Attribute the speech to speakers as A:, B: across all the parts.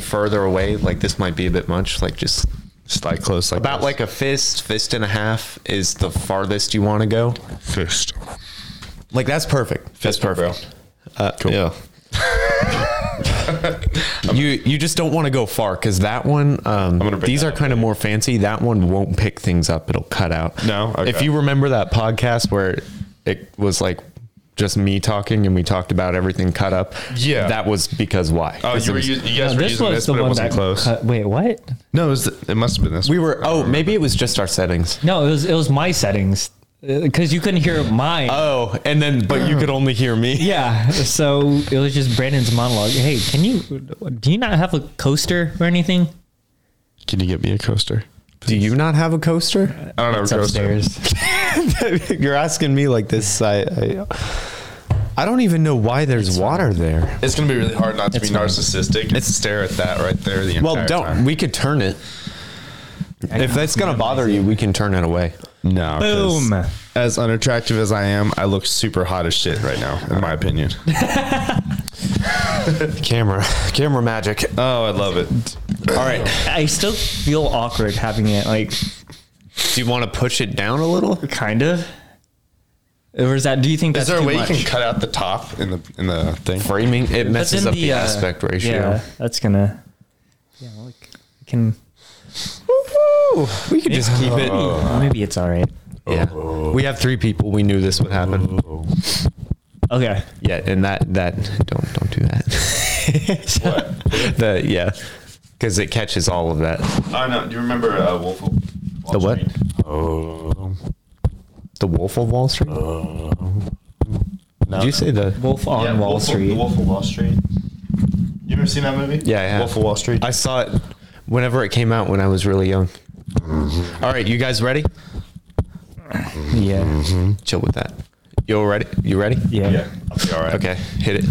A: further away, like this might be a bit much. Like just
B: Stay close. Like
A: about
B: this.
A: like a fist, fist and a half is the farthest you want to go.
B: fist.
C: Like that's perfect.
A: That's perfect. Uh, Yeah. you you just don't want to go far because that one. Um,
B: gonna bring
A: these
B: that
A: are
B: up
A: kind of more fancy. That one won't pick things up. It'll cut out.
B: No? Okay.
A: If you remember that podcast where it was like just me talking and we talked about everything cut up.
B: Yeah.
A: That was because why?
B: Oh, you were us- you guys
D: No,
B: were
D: this
B: using
D: was
B: this,
D: the
B: but it
D: one
B: wasn't
D: that
B: close.
D: cut- wait, what?
B: No, it, was the, it must have been this.
A: we were. Oh, maybe it was just our settings.
D: No, it was it was my settings because you couldn't hear mine.
A: Oh, and then but you could only hear me.
D: yeah, so it was just Brandon's monologue. Hey, can you do you not have a coaster or anything?
B: Can you get me a coaster?
A: Do you not have a coaster?
B: I don't know.
D: It's
B: a coaster.
D: upstairs.
A: You're asking me like this. I, I I don't even know why there's water there.
B: It's gonna be really hard not to
D: It's
B: be
D: fine.
B: narcissistic. It's stare at that right there. The
A: Well,
B: entire
A: don't.
B: time.
A: We could turn it. If that's gonna bother you, we can turn it away.
B: no. 'cause
D: Boom.
B: As unattractive as I am, I look super hot as shit right now, in my opinion.
A: Camera, camera magic.
B: oh, I love it.
A: All right.
D: I still feel awkward having it like
A: Do you want to push it down a little?
D: kind of. Or is that? Do you think
B: Is
D: that's
B: there a
D: too
B: way
D: much?
B: you can cut out the top in the in the thing?
A: Framing it
D: But
A: messes
D: then
A: up the,
D: uh,
A: aspect ratio.
D: Yeah, that's gonna. Yeah, well, like I can
A: Woo, we could just keep it.
B: Oh.
D: maybe it's all right.
A: Yeah. We have three people. We knew this would happen.
D: Okay.
A: Yeah, and that that don't don't do that. The yeah, because it catches all of that.
B: Oh no! Do you remember uh, Wolf? of Wall
A: The what?
B: Street?
A: The Wolf of Wall Street. Did you say the?
D: Wolf on
B: Yeah,
D: Wall
B: Wolf of-
D: Street.
B: The Wolf of Wall Street. You ever seen that movie?
A: Yeah, I have.
B: Wolf of Wall Street.
A: I saw it whenever it came out when I was really young. All right, you guys ready?
D: Yeah.
A: Chill with that. You all ready? You ready?
D: yeah.
B: yeah. I'll be all right.
A: Okay, hit it.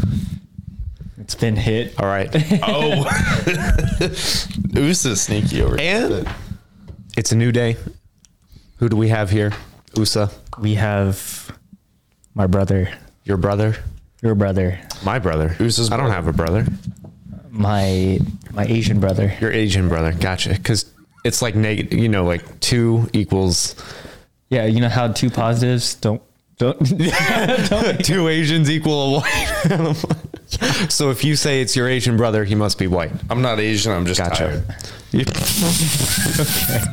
D: It's been hit.
A: All right,
B: Oh, Oos is sneaky over
A: and it's a new day. Who do we have here? Usa,
D: We have my brother,
A: your brother,
D: your brother,
A: my brother.
B: Usa's
A: I don't
B: brother.
A: have a brother.
D: my my Asian brother.
A: Your Asian brother. Gotcha. Because it's like negative. You know, like two equals
D: Yeah, you know how two positives don't don't
A: two Asians equal a white. so if you say it's your Asian brother, he must be white.
B: I'm not Asian. I'm just
A: Gotcha.
B: tired.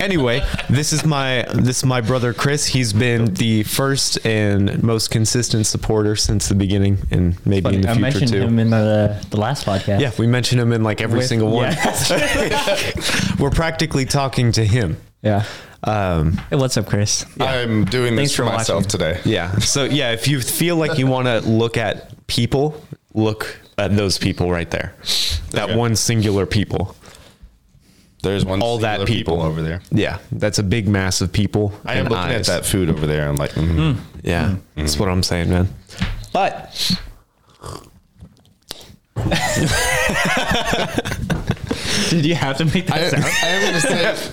A: anyway, this is my this is my brother Chris. He's been the first and most consistent supporter since the beginning, and maybe in the
D: I
A: future
D: mentioned
A: too.
D: him in the the last podcast.
A: yeah, we mention him in like every
D: With-
A: single one.
D: Yeah.
A: We're practically talking to him.
D: yeah.
A: Um,
D: Hey, what's up, Chris?
B: I'm doing
D: Thanks
B: this for,
D: for
B: myself
D: watching.
B: today.
A: yeah. So yeah, if you feel like you want to look at people, look at those people right there. That
B: Okay.
A: one singular people.
B: There's one.
A: All that
B: singular
A: people.
B: over there.
A: Yeah, that's a big mass of people.
B: I am
A: and
B: looking
A: eyes. Hmm.
B: at that food over there. I'm like, mm.
A: Yeah, that's what I'm saying, man. But
D: Did you have to make
B: I,
D: that sound?
B: I am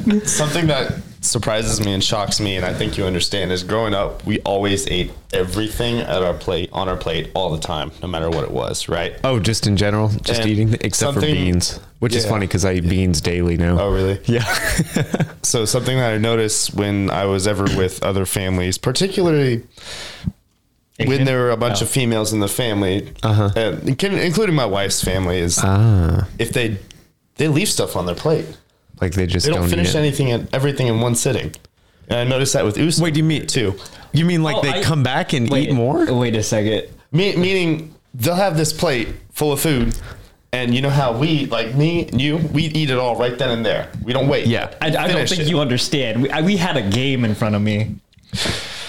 B: going to say something that surprises me and shocks me, and I think you understand. Is growing up, we always ate everything at our plate on our plate all the time, no matter what it was. Right?
A: oh, just in general, just
B: And
A: eating except for
B: something-
A: beans, which is
B: yeah.
A: funny because I eat beans daily now.
B: Oh, really?
A: Yeah,
B: So something that I noticed when I was ever with other families, particularly when there were a
A: Oh.
B: bunch of females in the family,
A: Uh-huh.
B: uh including my wife's family, is
A: Ah.
B: if they they leave stuff on their plate,
A: like they just
B: they don't,
A: don't, eat
B: finish
A: it.
B: anything and everything in one sitting. And I noticed that with Uso.
A: Wait, do you mean-
B: too?
A: You mean like
D: Oh,
A: they
D: I-
A: come back and
D: Wait,
A: eat more?
D: Wait a second.
B: Me- meaning they'll have this plate full of food, and you know how we like me and you, we eat it all right then and there. We don't wait.
A: Yeah.
D: I, I don't
B: Finish
D: think
B: it.
D: you understand. We, I, we had a game in front of me.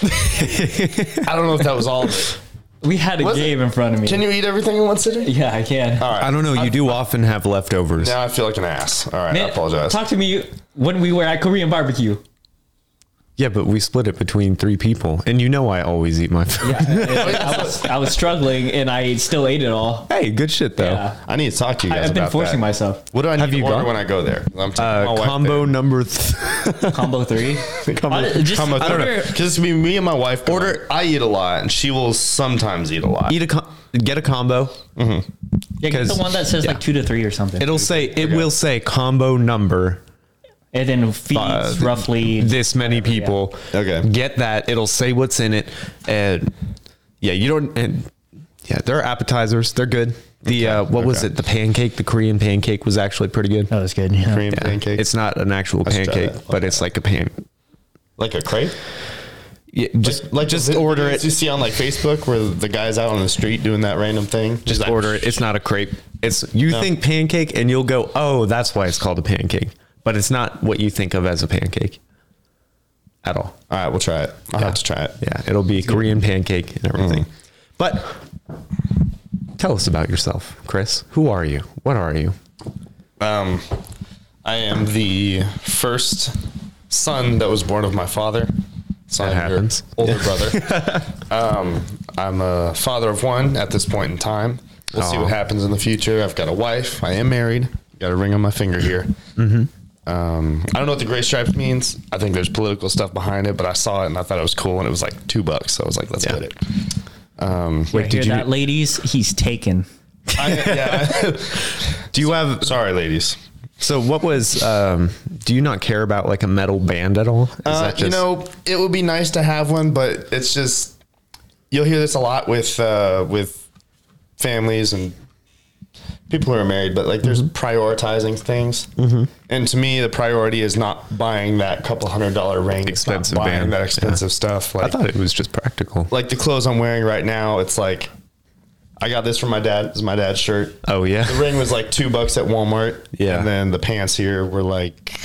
B: I don't know if that was all. Of it.
D: We had a
B: Was it-
D: game in front of me.
B: Can you eat everything in one sitting?
D: yeah, I can.
B: All right.
A: I don't know. You do
D: Uh,
A: often have leftovers.
B: Now I feel like an ass. All right, I
D: Man,
B: apologize.
D: Talk to me when we were at Korean barbecue.
A: Yeah, but we split it between three people, and you know I always eat my food.
D: I was, I was struggling and I still ate it all.
A: hey, good shit though.
D: Yeah.
B: I need to talk to you
D: I,
B: guys
D: have been
B: about
D: forcing
B: that.
D: myself.
B: What do I need
A: Have
B: to
A: you
B: order
A: gone?
B: when I go there? I'm telling my
A: Uh,
B: wife
A: combo
B: there.
A: number. Th-
D: Combo three.
A: combo.
D: I- just
B: Combo
D: order-
B: Because me, me and my wife order. I eat a lot, and she will sometimes eat a lot.
A: eat a com- get a combo.
D: Yeah, get
A: 'Cause-
D: the one that says
A: yeah.
D: like two to three or something.
A: It'll say it will say combo number
D: it then feeds
A: Uh,
D: roughly.
A: this many people.
B: Okay.
A: Get that. It'll say what's in it. And yeah, you don't and yeah, they're appetizers. They're good. The uh, what was
B: okay.
A: it? The pancake, the Korean pancake was actually pretty good.
D: that was good. Yeah.
B: Cream pancake.
A: It's not an actual
B: should try
A: pancake,
B: that.
A: but it's like a pan.
B: like a crepe.
A: Yeah, just like just
B: the
A: order
B: videos
A: it.
B: You see on like Facebook where the guy's out on the street doing that random thing.
A: just
B: like,
A: order it. It's not a crepe. It's you think pancake and you'll go, "Oh, that's why it's called a pancake." But it's not what you think of as a pancake at all.
B: All right, we'll try it. I'll have to try it. Mm.
A: Yeah, it'll be Korean pancake and everything. But tell us about yourself, Chris. Who are you? What are you?
B: Um, I am the first son that was born of my father. So
A: That
B: I'm your
A: happens.
B: Older brother. um, I'm a father of one at this point in time. We'll see
A: Aw.
B: what happens in the future. I've got a wife. I am married. Got a ring on my finger here.
A: Mm-hmm.
B: Um, I don't know what the gray stripes means. I think there's political stuff behind it, but I saw it and I thought it was cool, and it was like two bucks. So I was like, let's
A: Yeah.
B: get it. Um,
D: Wait,
A: did
D: did
A: you-
D: that, ladies? He's taken.
B: I, yeah,
A: Do you have
B: sorry, ladies.
A: so what was um do you not care about like a metal band at all? Is
B: Uh,
A: that
B: you know, it would be nice to have one, but it's just you'll hear this a lot with uh, with families and people who are married. But like, there's
A: Mm-hmm.
B: prioritizing things, and to me, the priority is not buying that couple hundred dollar ring, It's not
A: Expensive
B: buying
A: band,
B: that expensive stuff. Like,
A: I thought it was just practical.
B: like the clothes I'm wearing right now, it's like I got this from my dad. This is my dad's shirt.
A: Oh yeah.
B: The ring was like two bucks at Walmart.
A: Yeah.
B: and then the pants here were like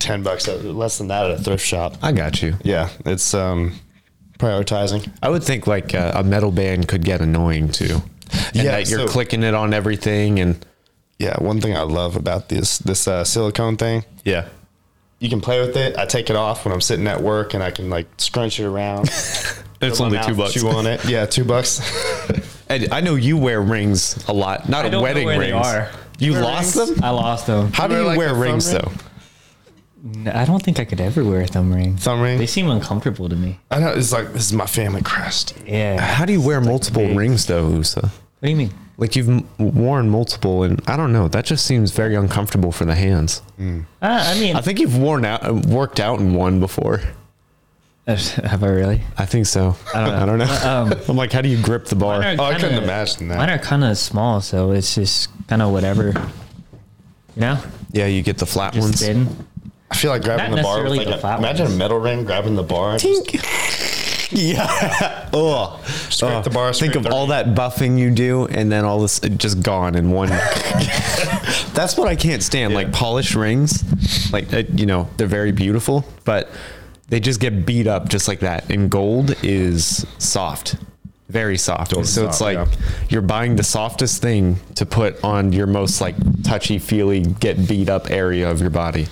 B: ten bucks, at, less than that at a thrift shop
A: I got you.
B: yeah, it's um prioritizing.
A: I would think like uh, a metal band could get annoying too. And
B: Yeah,
A: that you're
B: so-
A: clicking it on everything and
B: Yeah, one thing I love about this this uh, silicone thing,
A: yeah.
B: you can play with it. I take it off when I'm sitting at work, and I can like scrunch it around. Fill
A: It's
B: my
A: only
B: mouth
A: two
B: and
A: bucks.
B: Chew on it. Yeah, two bucks.
A: And I know you wear rings a lot, not
D: I don't know
A: wedding
D: where they
A: rings.
D: are.
A: You
B: Wear
A: lost
B: rings?
A: them?
D: I lost them.
A: How do
B: wear,
A: you
B: like,
A: wear
B: a thumb
A: rings
B: ring?
A: though?
D: I don't think I could ever wear a thumb ring.
B: Thumb ring?
D: They seem uncomfortable to me.
B: I know it's like this is my family crest.
D: Yeah.
A: How do you wear multiple rings though, Usa?
D: What do you mean?
A: Like you've m- worn multiple, and I don't know. That just seems very uncomfortable for the hands.
D: Uh, I mean,
A: I think you've worn out, uh, worked out in one before.
D: have I really?
A: I think so. I don't know. I don't know. I'm like, how do you grip the bar?
D: Mine are
B: Oh, I couldn't
D: kinda-
B: imagine that.
D: Mine are kind of small, so it's just kind of whatever. You know,
A: yeah, you get the flat
D: just
A: ones.
D: thin.
B: I feel like grabbing
D: Not
B: the bar. with,
D: necessarily
B: Like
D: the
B: a,
D: flat
B: imagine a
D: ones.
B: metal ring grabbing the bar. Just
A: yeah. oh,
B: Scrape the bar,
A: Think
B: scrape
A: of
B: the
A: all that buffing you do, and then all this it just gone in one. That's what I can't stand. Like polished rings, like uh, you know, they're very beautiful, but they just get beat up just like that. And gold is soft, very soft. so it's
B: soft,
A: like
B: yeah.
A: you're buying the softest thing to put on your most like touchy feely, get beat up area of your body.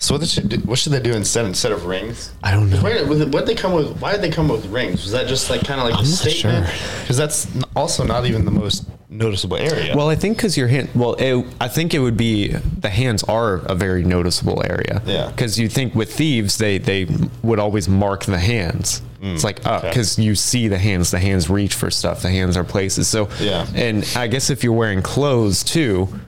B: So what they should do, what should they do instead instead of rings?
A: I don't know.
B: Wait, what did they come with? Why did they come with rings? Was that just like kind of like a
A: not
B: statement?
A: sure.
B: Because that's n- also not even the most noticeable area.
A: Well, I think because your hand. Well, it, I think it would be the hands are a very noticeable area.
B: Yeah.
A: Because you think with thieves, they they would always mark the hands. it's like up
B: Mm, okay.
A: because you see the hands. The hands reach for stuff. The hands are places. So
B: Yeah.
A: And I guess if you're wearing clothes too.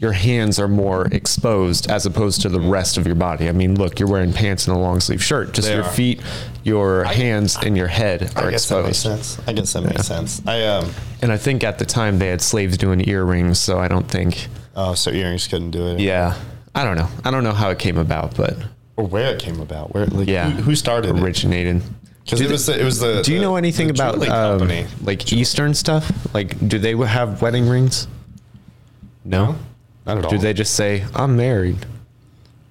A: Your hands are more exposed as opposed to the
B: Mm.
A: rest of your body. I mean, look, you're wearing pants and a long sleeve shirt. Just
B: They
A: your
B: are.
A: feet, your hands, and your head are
B: I guess that makes
A: exposed.
B: sense. I guess that makes sense. I um
A: And I think at the time they had slaves doing earrings, so I don't think
B: oh so earrings couldn't do it.
A: Yeah. I don't know. I don't know how it came about, but
B: Or where it came about. Where like
A: yeah.
B: who, who started it?
A: originated.
B: Because
A: Do
B: it
A: they-
B: was the, it was the.
A: Do you
B: the-
A: know anything
B: the
A: about
B: jewelry
A: um,
B: company?
A: like Eastern stuff? Like, do they have wedding rings? No.
B: Not at all.
A: Do they just say I'm married?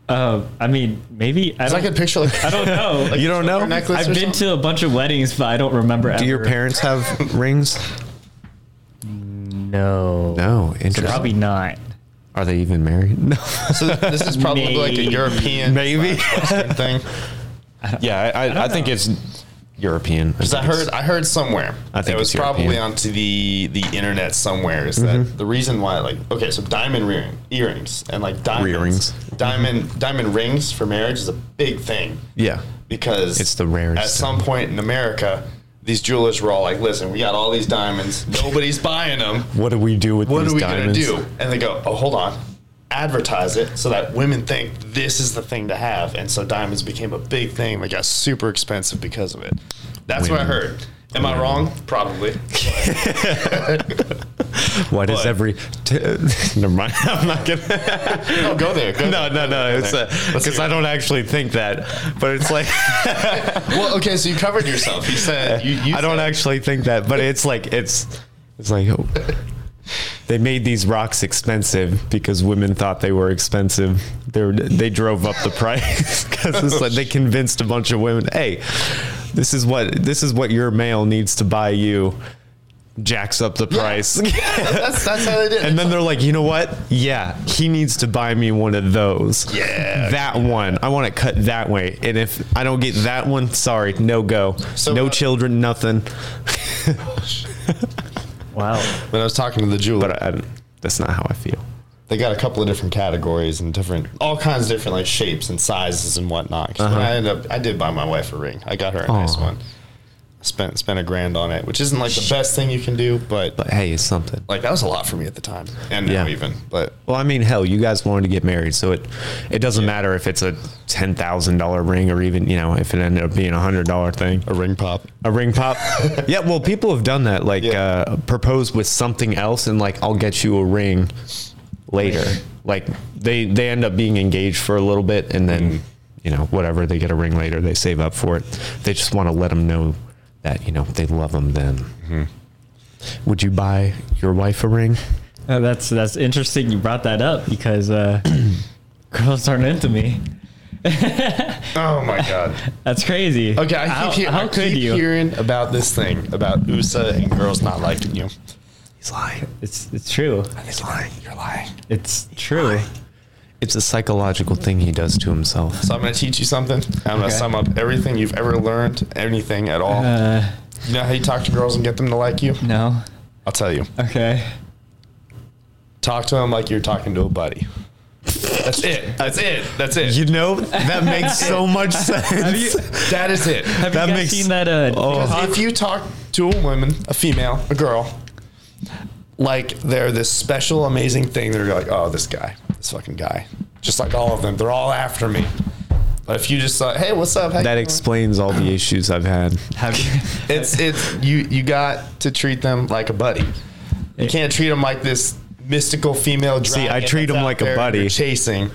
D: Uh, I mean, maybe I
B: It's
D: don't.
B: like a picture. Like
D: I don't know.
A: you don't know?
B: silver necklace
D: I've
B: or
D: been to a bunch of weddings, but I don't remember.
A: Do your parents have rings?
D: No.
A: No. Interesting.
D: Probably not.
A: Are they even married? No.
B: So this is probably like a
D: Maybe.
B: European
A: Maybe.
B: Western thing.
A: yeah, I, I, I, think it's European.
B: Because I heard I heard somewhere.
A: I think
B: it was
A: it's
B: probably
A: European. Mm-hmm.
B: onto the the internet somewhere. Is that the reason why? Like okay, so diamond ring earrings and like diamonds,
A: Earrings.
B: diamond diamond rings for marriage is a big thing.
A: Yeah.
B: because
A: It's the rarest
B: At some point in America, these jewelers were all like, "Listen, we got all these diamonds. Nobody's buying them.
A: What do we do with
B: What
A: these
B: are we
A: diamonds?
B: gonna do?" And they go, "Oh, hold on." Advertise it so that women think this is the thing to have, and so diamonds became a big thing. They got super expensive because of it. That's what I
A: Women.
B: heard. Am I wrong? Probably.
A: Why does
B: What?
A: every? T- Never mind. I'm not gonna.
B: no, go there. Go
A: No, no, no. It's
B: Let's
A: because
B: hear
A: I
B: it.
A: don't actually think that, but it's like
B: Well, okay, so you covered yourself. You said you. you
A: I don't
B: said-
A: actually think that, but it's like it's it's like oh, they made these rocks expensive because women thought they were expensive. They were, they drove up the price because it's like they convinced a bunch of women, hey, this is what this is what your male needs to buy you. Jacks up the price.
B: That's that's how they did. it.
A: And then they're like, you know what? Yeah, he needs to buy me one of those.
B: Yeah.
A: That one. I want it cut that way. And if I don't get that one, sorry, no go.
B: So,
A: no
B: uh,
A: children, nothing.
D: Wow.
B: when I was talking to the jeweler,
A: But I, I, don't- that's not how I feel.
B: they got a couple of different categories and different, all kinds of different like shapes and sizes and whatnot. 'Cause when I ended up, I did buy my wife a ring. I got her a nice
A: Aw.
B: one. Spent spent a grand on it, which isn't like the best thing you can do, but
A: But hey, it's something.
B: like that was a lot for me at the time, and now
A: Yeah.
B: even. But
A: Well, I mean, hell, you guys wanted to get married, so it it doesn't matter if it's a ten thousand dollar ring or even you know if it ended up being a hundred dollar thing.
B: a ring pop.
A: A ring pop. yeah, well, people have done that. Like,
B: Yeah.
A: uh, propose with something else, and like, I'll get you a ring later. Like, they they end up being engaged for a little bit, and then you know whatever they get a ring later, they save up for it. They just want to let them know that you know they love them. Then, would you buy your wife a ring?
D: Uh, that's that's interesting. You brought that up because uh, girls aren't into me.
B: Oh my god.
D: That's crazy.
B: Okay, I keep,
D: how,
B: hear-
D: how
B: I
D: could
B: keep
D: you?
B: hearing about this thing about USA and girls not liking you.
A: He's lying.
D: It's it's true.
A: He's lying. You're lying.
D: It's true.
A: It's a psychological thing he does to himself.
B: So I'm going to teach you something. I'm going
D: Okay.
B: to sum up everything you've ever learned, anything at all.
D: Uh,
B: you know how you talk to girls and get them to like you?
D: no.
B: I'll tell you.
D: Okay.
B: Talk to them like you're talking to a buddy. That's it. That's it. That's it.
A: You know that makes so much sense.
B: that is it.
D: Have
A: That
D: you guys
A: makes-
D: seen that? Uh,
A: Oh.
D: TikTok?
B: If you talk to a woman, a female, a girl, like they're this special, amazing thing, they're like, oh, this guy, this fucking guy. Just like all of them. They're all after me. But if you just like, hey, what's up? How you
A: That
B: doing?"
A: explains all the issues I've had.
D: Have you?
B: It's it's you you got to treat them like a buddy. You can't treat them like this mystical female.
A: See, I
B: dragon
A: treat
B: that's
A: 'em
B: out
A: like a
B: there you're
A: buddy.
B: chasing,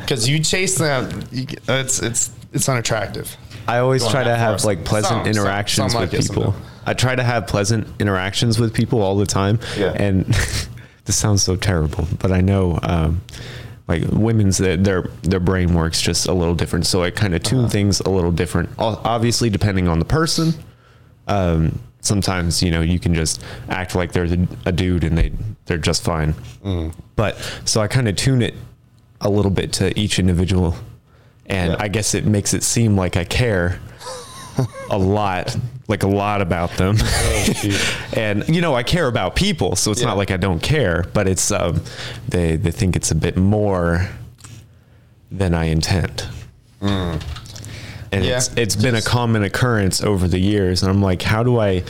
B: because you chase them, you, get- it's it's it's unattractive.
A: I always
B: Going
A: try to
B: that
A: have
B: far.
A: like pleasant
B: Some- some-
A: interactions
B: some
A: with
B: like it, some
A: people.
B: don't.
A: I try to have pleasant interactions with people all the time.
B: Yeah.
A: And this sounds so terrible, but I know um, like women's that their their brain works just a little different. So I kind of
B: Uh-huh.
A: tune things a little different. O- Obviously, depending on the person. Um, sometimes you know you can just act like they're the, a dude and they they're just fine.
B: Mm.
A: But so I kind of tune it a little bit to each individual, and
B: Yeah.
A: I guess it makes it seem like I care a lot, like a lot about them. and you know, I care about people, so it's
B: Oh, Yeah.
A: not like I don't care, but it's um, they they think it's a bit more than I intend. Mm. And
B: Yeah.
A: it's it's been a common occurrence over the years, and I'm like, how do I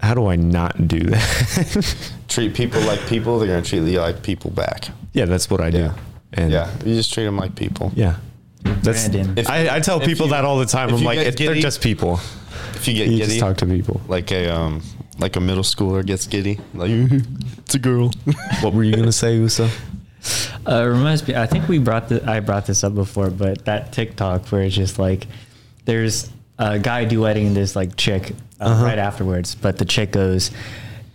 A: how do I not do that?
B: Treat people like people; they're gonna treat you like people back.
A: yeah, that's what I do.
B: Yeah.
A: And
B: Yeah, you just treat them like people.
A: yeah. That's
D: Brandon. If-
A: I, I tell
B: if
A: people
B: you-
A: that all the time.
B: if
A: I'm
B: you
A: like,
B: get
A: it, they're
B: giddy-
A: just people.
B: If you get
A: e- You e-
B: giddy,
A: just talk to people.
B: like a um, like a middle schooler gets giddy, like it's a girl.
A: What were you gonna say, Uso?
D: Uh, it reminds me. I think we brought the. I brought this up before, but that TikTok where it's just like, there's a guy duetting this like chick uh,
B: Uh-huh.
D: right afterwards, but the chick goes,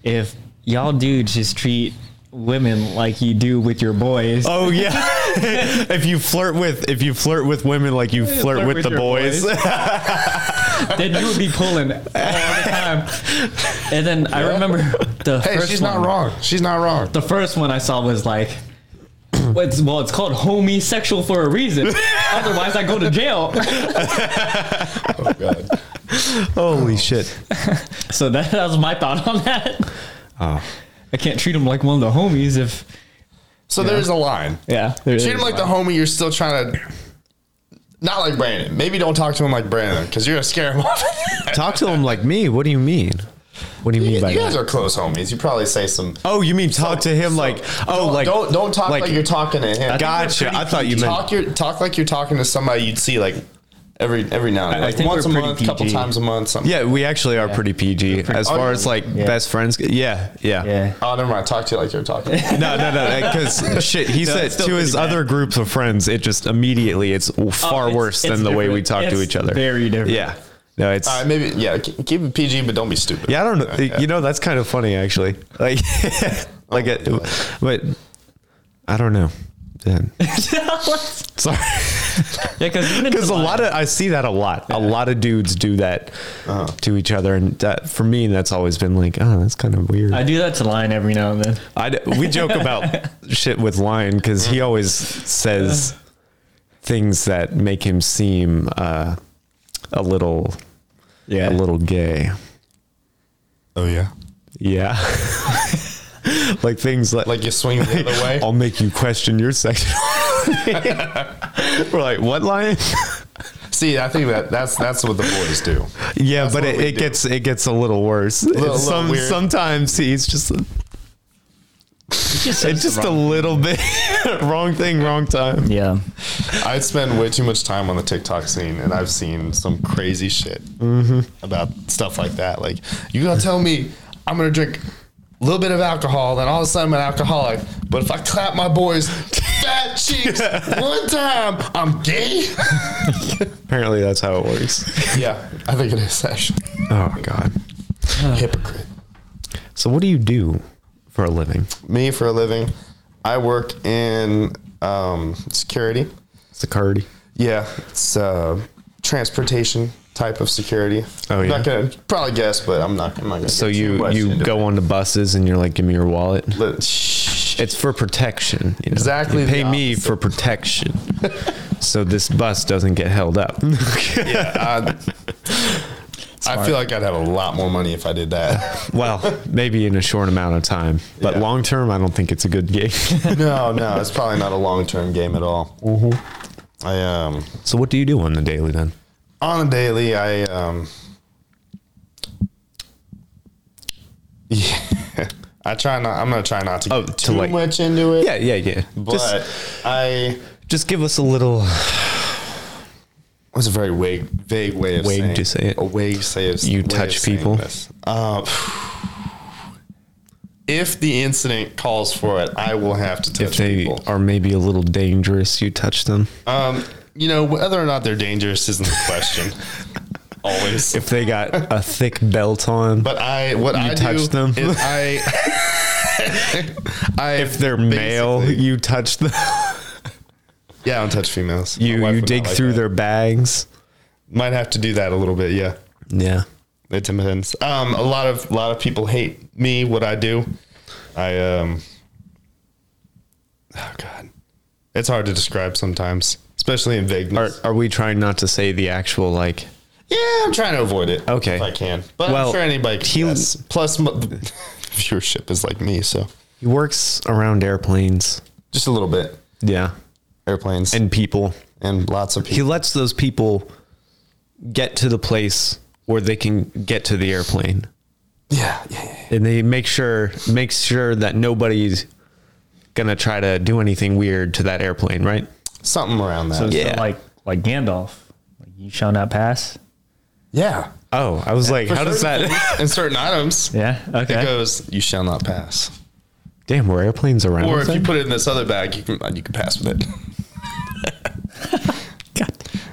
D: "If y'all dudes just treat women like you do with your boys,
A: Oh yeah. if you flirt with if you flirt with women like you flirt,
D: flirt
A: with,
D: with
A: the
D: your
A: boys.
D: then you would be pulling all the time." And then I remember the
B: hey,
D: first
B: she's
D: one,
B: not wrong. She's not wrong.
D: The first one I saw was like. Well it's, well, it's called homosexual for a reason. Otherwise, I go to jail.
B: Oh God.
A: Holy shit.
D: So that, that was my thought on that.
A: Oh.
D: I can't treat him like one of the homies if
B: So there's a line.
D: yeah.
B: Treat him like the homie you're still trying to Not like Brandon. Maybe don't talk to him like Brandon because you're gonna scare him off.
A: Talk to him like me. What do you mean? What do you mean
B: You
A: by that?
B: guys are close homies. You probably say some.
A: Oh, you mean talk to him like oh
B: don't,
A: like
B: don't don't talk like,
A: like-
B: you're talking to him.
A: Gotcha. I thought you meant
B: talk your talk like you're talking to somebody you'd see like every every now and then,
D: I
B: like
D: think
B: once a
D: we're pretty
B: month, a couple
D: PG.
B: times a month. Something.
A: yeah. We actually are pretty PG as
B: Oh,
A: far as like
D: yeah.
A: best friends. go- Yeah, yeah.
D: Yeah.
B: Oh, never mind. Talk to you like you're talking.
A: No, no, no, because shit. He said
D: it's still
A: to his
D: pretty bad. Oh,
A: other groups of friends, it just immediately it's far
D: it's-
A: worse
D: it's
A: than the way we talk
D: different.
A: to
D: It's
A: each other.
D: very different. Uh,
A: Yeah. No, it's
B: All right, maybe yeah. k- Keep it PG, but don't be stupid.
A: Yeah, I don't know.
B: Yeah.
A: You know, that's kind of funny actually. Like, like, it, but I don't know. Then- Sorry,
D: Yeah, because
A: because a lot of I see that a lot. A lot of dudes do that
D: Uh-huh.
A: to each other, and that for me, that's always been like, oh, that's kind of weird.
D: I do that to Lion every now and then.
A: I d we joke about shit with Lion because he always says things that make him seem uh, a little,
D: Yeah.
A: a little gay.
B: Oh yeah.
A: Yeah, like things like
B: Like you swing the other way.
A: I'll make you question your sexuality. We're like, what lion?
B: See, I think that that's that's what the boys do.
A: yeah, but
B: what
A: it,
B: we
A: it
B: do.
A: gets it gets a little worse.
B: little
A: Some
B: weird.
A: sometimes he's just it's just a little bit wrong thing, wrong time.
D: Yeah.
B: I spend way too much time on the TikTok scene, and I've seen some crazy shit about stuff like that. Like, you gonna tell me I'm gonna drink a little bit of alcohol, then all of a sudden I'm an alcoholic. But if I clap my boy's fat cheeks one time, I'm gay.
A: Apparently, that's how it works.
B: yeah, I think it is actually
A: Oh God.
B: hypocrite.
A: So, what do you do for a living?
B: Me for a living, I work in um, security.
A: Security.
B: Yeah, it's uh, transportation type of security.
A: Oh,
B: I'm
A: yeah?
B: not gonna probably guess, but I'm not. I'm not gonna.
A: So
B: get too
A: you
B: much
A: you
B: into
A: go onto buses and you're like, give me your wallet.
B: it. Let- shh.
A: It's for protection. you know.
B: Exactly
A: You
B: the
A: pay me for protection, so this bus doesn't get held up.
B: I, I feel like I'd have a lot more money if I did that.
A: Well, maybe in a short amount of time, but
B: Yeah.
A: long term, I don't think it's a good game.
B: no, no, it's probably not a long term game at all. I um
A: so, what do you do on the daily then?
B: on a daily I um yeah, I try not. I'm gonna try not to get
A: Oh, to
B: too
A: like-
B: much into it.
A: Yeah, yeah, yeah.
B: but
A: just,
B: I
A: just give us a little.
B: was a very vague, vague way of
A: Vague
B: saying,
A: to say it.
B: A vague say of
A: You
B: way of
A: touch
B: saying
A: people?
B: this. Uh, if the incident calls for it, I will have to touch
A: If they
B: people.
A: are maybe a little dangerous, you touch them.
B: Um, you know whether or not they're dangerous isn't the question. Always,
A: If they got a thick belt on,
B: but I what I
A: touch
B: do
A: them?
B: is I. I
A: if they're male,
B: basically-
A: you touch them.
B: yeah, I don't touch females. My
A: You
B: wife
A: you
B: would not
A: dig
B: like
A: through
B: that.
A: their bags.
B: Might have to do that a little bit. Yeah.
A: Yeah.
B: It depends. Um, a lot of a lot of people hate me. What I do, I um. Oh God, it's hard to describe sometimes, especially in
A: Are
B: vagueness.
A: are we trying not to say the actual like?
B: yeah, I'm trying to avoid it.
A: Okay.
B: if I can. But
A: Well,
B: I'm sure anybody
A: he-
B: can. guess. Plus, m- the viewership is like me, so
A: He works around airplanes.
B: just a little bit.
A: Yeah,
B: Airplanes and,
A: and people.
B: lots of
A: he
B: people.
A: lets those people get to the place where they can get to the airplane
B: yeah, yeah, yeah.
A: and they make sure makes sure that nobody's gonna try to do anything weird to that airplane right
B: something around that.
A: Yeah.
D: So like like Gandalf, like, you shall not pass.
B: yeah.
A: oh i was like how does that
B: and certain items,
D: Yeah.
B: it
D: Okay.
B: goes. You shall not pass.
A: damn were airplanes around
B: Or if
A: then?
B: you put it in this other bag, you can you can pass with it.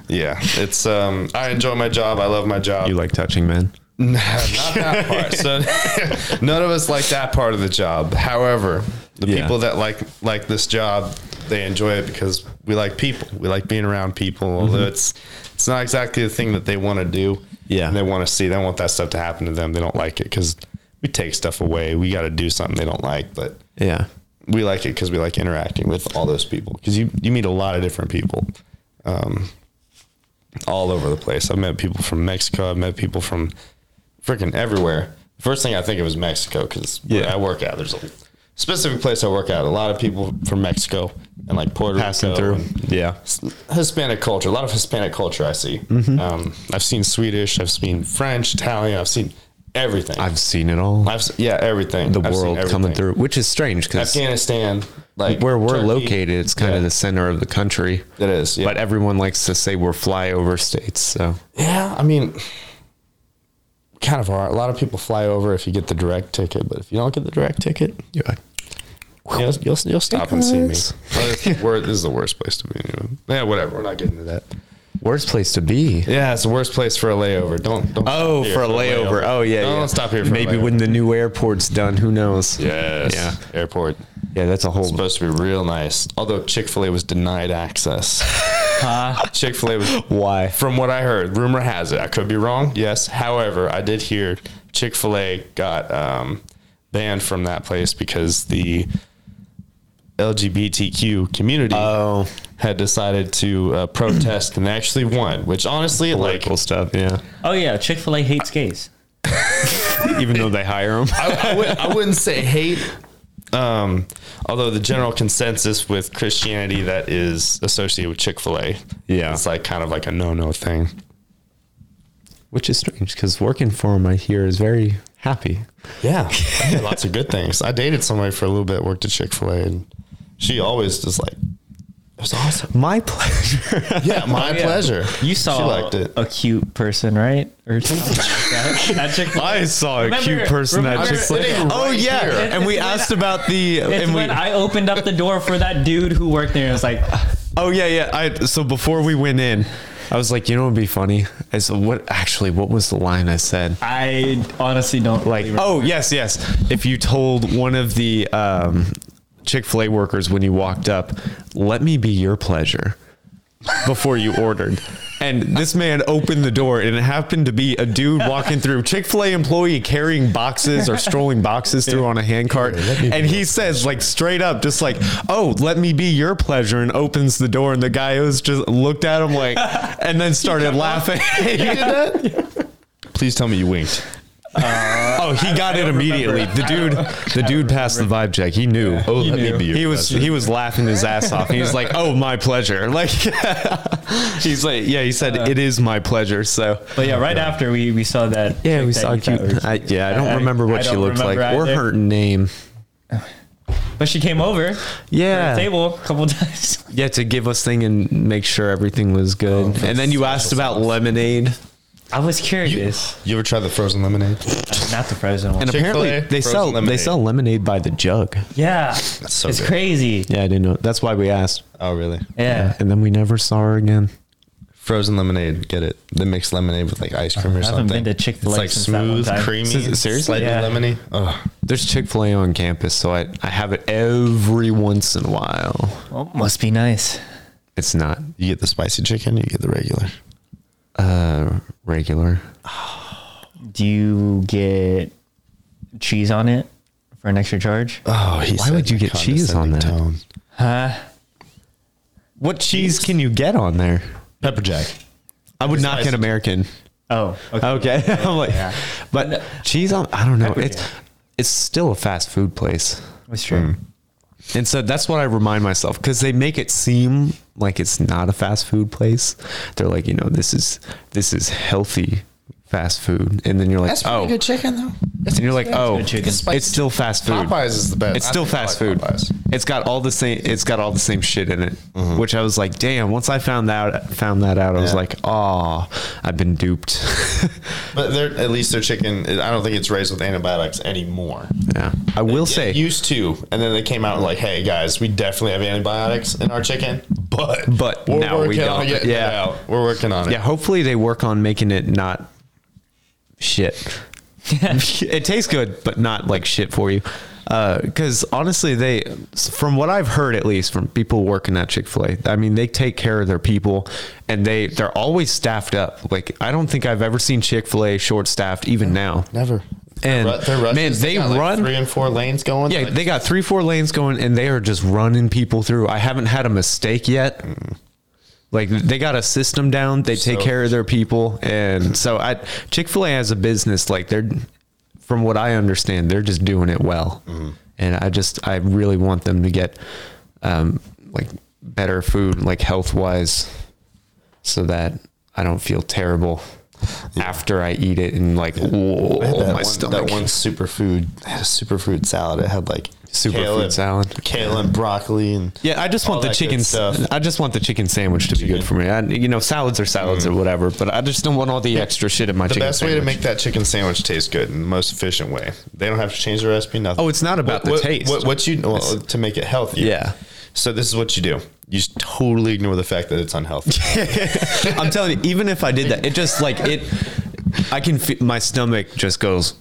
B: Yeah, it's um. I enjoy my job. I love my job.
A: You like touching men
B: Not that part. So none of us like that part of the job. However, the
A: Yeah.
B: people that like like this job, they enjoy it because we like people. We like being around people.
A: Mm-hmm.
B: Although it's it's not exactly the thing that they want to do.
A: Yeah.
B: and they want to see. They want that stuff to happen to them. They don't like it because we take stuff away. We got to do something they don't like, but
A: yeah
B: we like it because we like interacting with all those people because you, you meet a lot of different people um, all over the place i've met people from mexico i've met people from freaking everywhere first thing i think of is mexico because
A: Yeah.
B: i work out there's a specific place i work out a lot of people from mexico and like Puerto
A: Passing
B: Rico
A: through.
B: and
A: Yeah.
B: Hispanic culture. A lot of Hispanic culture I see.
A: Mm-hmm.
B: Um, I've seen Swedish. I've seen French, Italian. I've seen everything. I've,
A: I've seen it all.
B: se- yeah everything.
A: the
B: I've seen
A: world coming
B: everything.
A: through, which is strange because
B: Afghanistan, like
A: where we're
B: Turkey.
A: located, it's kind
B: Yeah.
A: of the center of the country.
B: It is, yeah.
A: But everyone likes to say we're flyover states. So
B: Yeah, I mean, kind of are. A lot of people fly over if you get the direct ticket, but if you don't get the direct ticket,
A: yeah.
B: you'll, you'll, you'll stop and see me. this is the worst place to be. Anyway. Yeah, whatever. We're not getting to that.
A: worst place to be.
B: Yeah, it's the worst place for a layover. Don't. don't
A: Oh,
B: stop here
A: for a layover. Oh yeah.
B: Don't
A: yeah.
B: stop here. For
A: Maybe
B: a layover.
A: when the new airport's done, who knows?
B: Yes.
A: Yeah.
B: Airport.
A: Yeah, that's a whole.
B: Supposed to be real nice. Although Chick Fil A was denied access. Chick Fil A was
A: Why?
B: From what I heard, rumor has it. I could be wrong. Yes. However, I did hear Chick Fil A got um, banned from that place because the LGBTQ community
A: Oh,
B: had decided to uh, protest and actually won. Which honestly, like,
A: political stuff. Yeah.
D: Oh yeah, Chick Fil A hates gays.
A: Even though they hire them.
B: I, I, would, I wouldn't say hate. Um, although the general consensus with Christianity that is associated with Chick Fil A,
A: Yeah.
B: it's like kind of like a no-no thing.
A: which is strange because working for him, I hear, is very happy.
B: Yeah, I did lots of good things. I dated somebody for a little bit, worked at Chick Fil A, and she always just like it was awesome.
A: My pleasure.
B: Oh, Yeah, my
D: Yeah.
B: pleasure.
D: You saw
B: she liked it.
D: a cute person, right? Or something like that. At Chick-fil-A.
A: I saw a
D: Remember-
A: cute person at
D: remember-
A: Chick Fil A.
B: sitting
A: Oh
B: right
A: yeah,
B: here.
A: and we
D: It's when
A: asked
D: I-
A: about the
D: It's
A: and we.
D: when I opened up the door for that dude who worked there. I was like,
A: oh yeah, yeah. I so before we went in, I was like, you know, what would be funny. I said, what actually? What was the line I said?
D: I honestly don't like.
A: Oh yes, yes. If you told one of the um, Chick Fil A workers when you walked up, "Let me be your pleasure," before you ordered, and this man opened the door, and it happened to be a dude walking through Chick Fil A employee carrying boxes or strolling boxes through on a handcart, and he says like straight up, just like, "Oh, let me be your pleasure," and opens the door, and the guy was just looked at him like, and then started laughing.
B: Please tell me you winked.
A: Oh, he got it immediately. The dude, the dude passed the vibe check. He knew. Oh,
B: let me knew. be your
A: He was he was laughing his ass off. He was like, "Oh, my pleasure." Like, he's like, yeah. He said, "It is my pleasure." So,
D: But yeah, right after we, we saw that.
A: yeah,
D: chick
A: we
D: that
A: saw
D: you
A: a
D: thought
A: cute.
D: was-
A: I, yeah, I don't
D: I-
A: remember
D: I
A: what she
D: don't
A: looked like
D: remember
A: or
D: either.
A: her name.
D: But she came over.
A: Yeah,
D: The table a couple times.
A: yeah, to give us thing and make sure everything was good.
D: Oh,
A: and then you asked about lemonade,
D: I was curious.
B: You ever tried the frozen lemonade?
D: Not the frozen one.
A: and apparently they
B: frozen
A: sell they
B: lemonade.
A: sell lemonade by the jug.
D: yeah,
B: so
D: it's
B: good.
D: crazy.
A: Yeah, I didn't know. That's why we asked.
B: Oh, really?
D: Yeah.
A: And then we never saw her again.
B: Frozen lemonade. Get it? They mix lemonade with like ice cream or
D: I haven't
B: something.
D: been to Chick-fil-A
B: It's like
D: since that one
B: smooth,
D: time.
B: creamy,
A: Is it serious?
B: slightly
D: Yeah.
B: lemony. Oh,
A: There's Chick fil A on campus, so I, I have it every once in a while.
D: Well, must be nice.
A: It's not
B: you get the spicy chicken. You get the regular.
A: uh, regular.
D: Do you get cheese on it for an extra charge?
B: Oh, he
A: Why would
B: said
A: you
B: in a
A: get cheese on
B: condescending
A: that?
B: tone.
D: Huh?
A: What cheese can you get on there?
B: Pepper jack.
A: I would not get
B: Sliced.
A: American.
D: Oh, okay.
A: Okay. I'm like, but cheese on, I don't know. It's, it's still a fast food place.
D: That's
A: Mm.
D: true.
A: And so that's what I remind myself because they make it seem like it's not a fast food place. They're like, you know, this is this is healthy fast food, and then you're like, oh,
B: chicken though.
A: and you're like, oh,
D: good chicken.
A: it's, it's still fast food.
B: Popeyes is the best.
A: It's
B: I
A: still
B: think I
A: fast
B: like
A: food.
B: Popeyes. Mm-hmm.
A: It's got all the same. It's got all the same shit in it, which I was like, damn. Once I found that found that out, I was
B: Yeah.
A: like, oh, I've been duped.
B: But they're, at least their chicken, I don't think it's raised with antibiotics anymore.
A: yeah, I will say,
B: It used to, and then they came out like, "Hey guys, we definitely have antibiotics in our chicken, but
A: But
B: we're
A: now we
B: working on
A: don't."
B: getting
A: Yeah.
B: that out. We're working on it.
A: yeah. Hopefully, they work on making it not shit. it tastes good, but not like shit for you. Because honestly, they, from what I've heard at least from people working at Chick Fil A, I mean, they take care of their people, and they they're always staffed up. Like I don't think I've ever seen Chick Fil A short staffed, even now.
B: never.
A: And
B: Ru- their rushes,
A: man, they
B: got, like,
A: run.
B: three and four lanes going.
A: yeah,
B: like,
A: they got three, four lanes going, and they are just running people through. I haven't had a mistake yet. Like they got a system down. They take
B: So-
A: care of their people, and so I Chick Fil A as a business, like they're, from what I
B: Mm-hmm.
A: understand, they're just doing it well. And I just, I really want them to get, um, like better food, like health wise, so that I don't feel terrible after I eat it and like whoa,
B: I had that
A: my
B: one,
A: stomach.
B: That one superfood, I had a superfood salad. It had like kale
A: Superfood
B: and-
A: salad.
B: kale and broccoli, and
A: Yeah, I just
B: all
A: want the
B: that good
A: chicken. s-
B: stuff.
A: I just want the chicken sandwich to be good for me. I, you know, salads are salads or whatever, but I just don't want all the extra shit in my
B: Mm. The
A: chicken.
B: best way to
A: sandwich.
B: make that chicken sandwich taste good and the most efficient way. They don't have to change the recipe. Nothing.
A: Oh, it's not about
B: What-
A: the
B: what-
A: taste.
B: What, what you well, to make it healthy?
A: Yeah.
B: So this is what you do. You just totally ignore the fact that it's unhealthy.
A: I'm telling you, even if I did that, it just like it, I can feel my stomach just goes.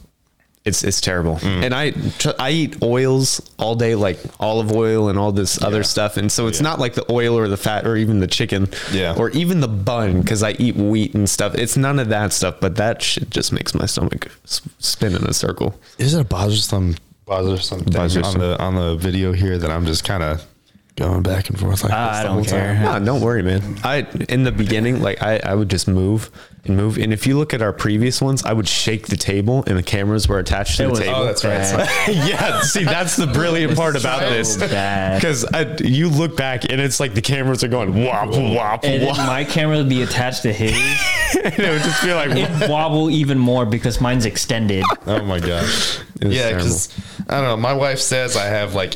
A: It's it's terrible,
B: Mm.
A: and I tr- I eat oils all day, like olive oil and all this other stuff, and so it's
B: Yeah.
A: not like the oil or the fat or even the chicken,
B: Yeah.
A: or even the bun because I eat wheat and stuff. It's none of that stuff, but that shit just makes my stomach s- spin in a circle.
B: is it a bothersome bothersome thing
A: Bothersome.
B: on the on the video here that I'm just kind of going back and forth like this
D: I
B: the
D: don't
B: whole time?
D: care.
A: No, don't worry, man. I in the beginning, like I, I would just move and move. And if you look at our previous ones, I would shake the table, and the cameras were attached to
D: It
A: the
D: was
A: table.
B: Oh, that's right. It's
D: bad.
A: yeah, see, that's the brilliant part about
D: so
A: this.
D: bad.
A: Because you look back and it's like the cameras are going wop, wop,
D: And then
A: wop.
D: my camera would be attached to his.
A: and it would just be like,
D: It'd wobble even more because mine's extended.
B: Oh my gosh.
A: was
B: yeah,
A: terrible.
B: because I don't know. My wife says I have like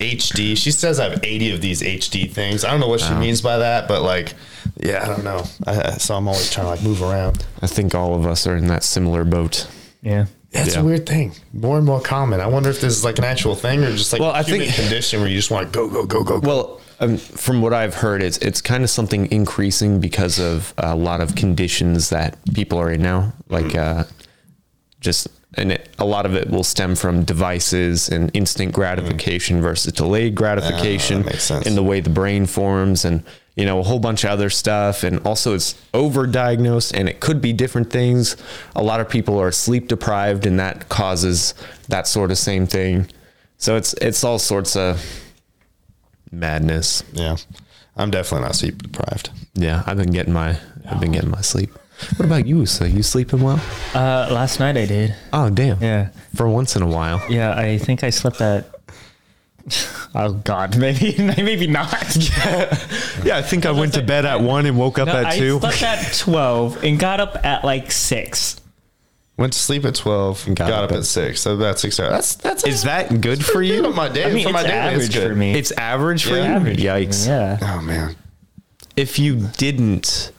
B: HD. She says I have 80 of these HD things. I don't know what she means by that, but like, yeah, I don't know. I, so I'm always trying to like move around.
A: I think all of us are in that similar boat.
D: Yeah.
B: That's
A: Yeah.
B: a weird thing. More and more common. I wonder if this is like an actual thing or just like
A: Well,
B: a
A: I
B: human
A: think-
B: condition where you just want to go, go, go, go, go.
A: Well, um, from what I've heard, it's it's kind of something increasing because of a lot of conditions that people are in now, like uh, just and it, a lot of it will stem from devices and instant gratification versus delayed gratification,
B: Mm. Ah, makes sense.
A: and the way the brain forms, and you know a whole bunch of other stuff, and also it's overdiagnosed, and it could be different things. A lot of people are sleep deprived, and that causes that sort of same thing. So it's it's all sorts of madness.
B: Yeah. I'm definitely not sleep deprived.
A: Yeah, I've been getting my I've been getting my sleep. What about you? So you sleeping well?
D: Uh, last night I did.
A: Oh damn.
D: Yeah.
A: For once in a while.
D: Yeah, I think I slept at. Oh God, maybe maybe not.
A: Yeah, I think I went to bed at one and woke up
D: No, I slept at twelve and got up at like six.
B: Went to sleep at 12, got, up at 6. So that's six hours. That's, that's,
A: Is that good for
B: you know,
A: you?
B: my day.
D: I mean,
B: for my
D: it's
B: day,
D: average
B: good.
D: for me.
A: It's average for
B: Yeah.
A: you.
D: average. for me,
A: Yikes.
D: Yeah.
B: Oh, man.
A: If you didn't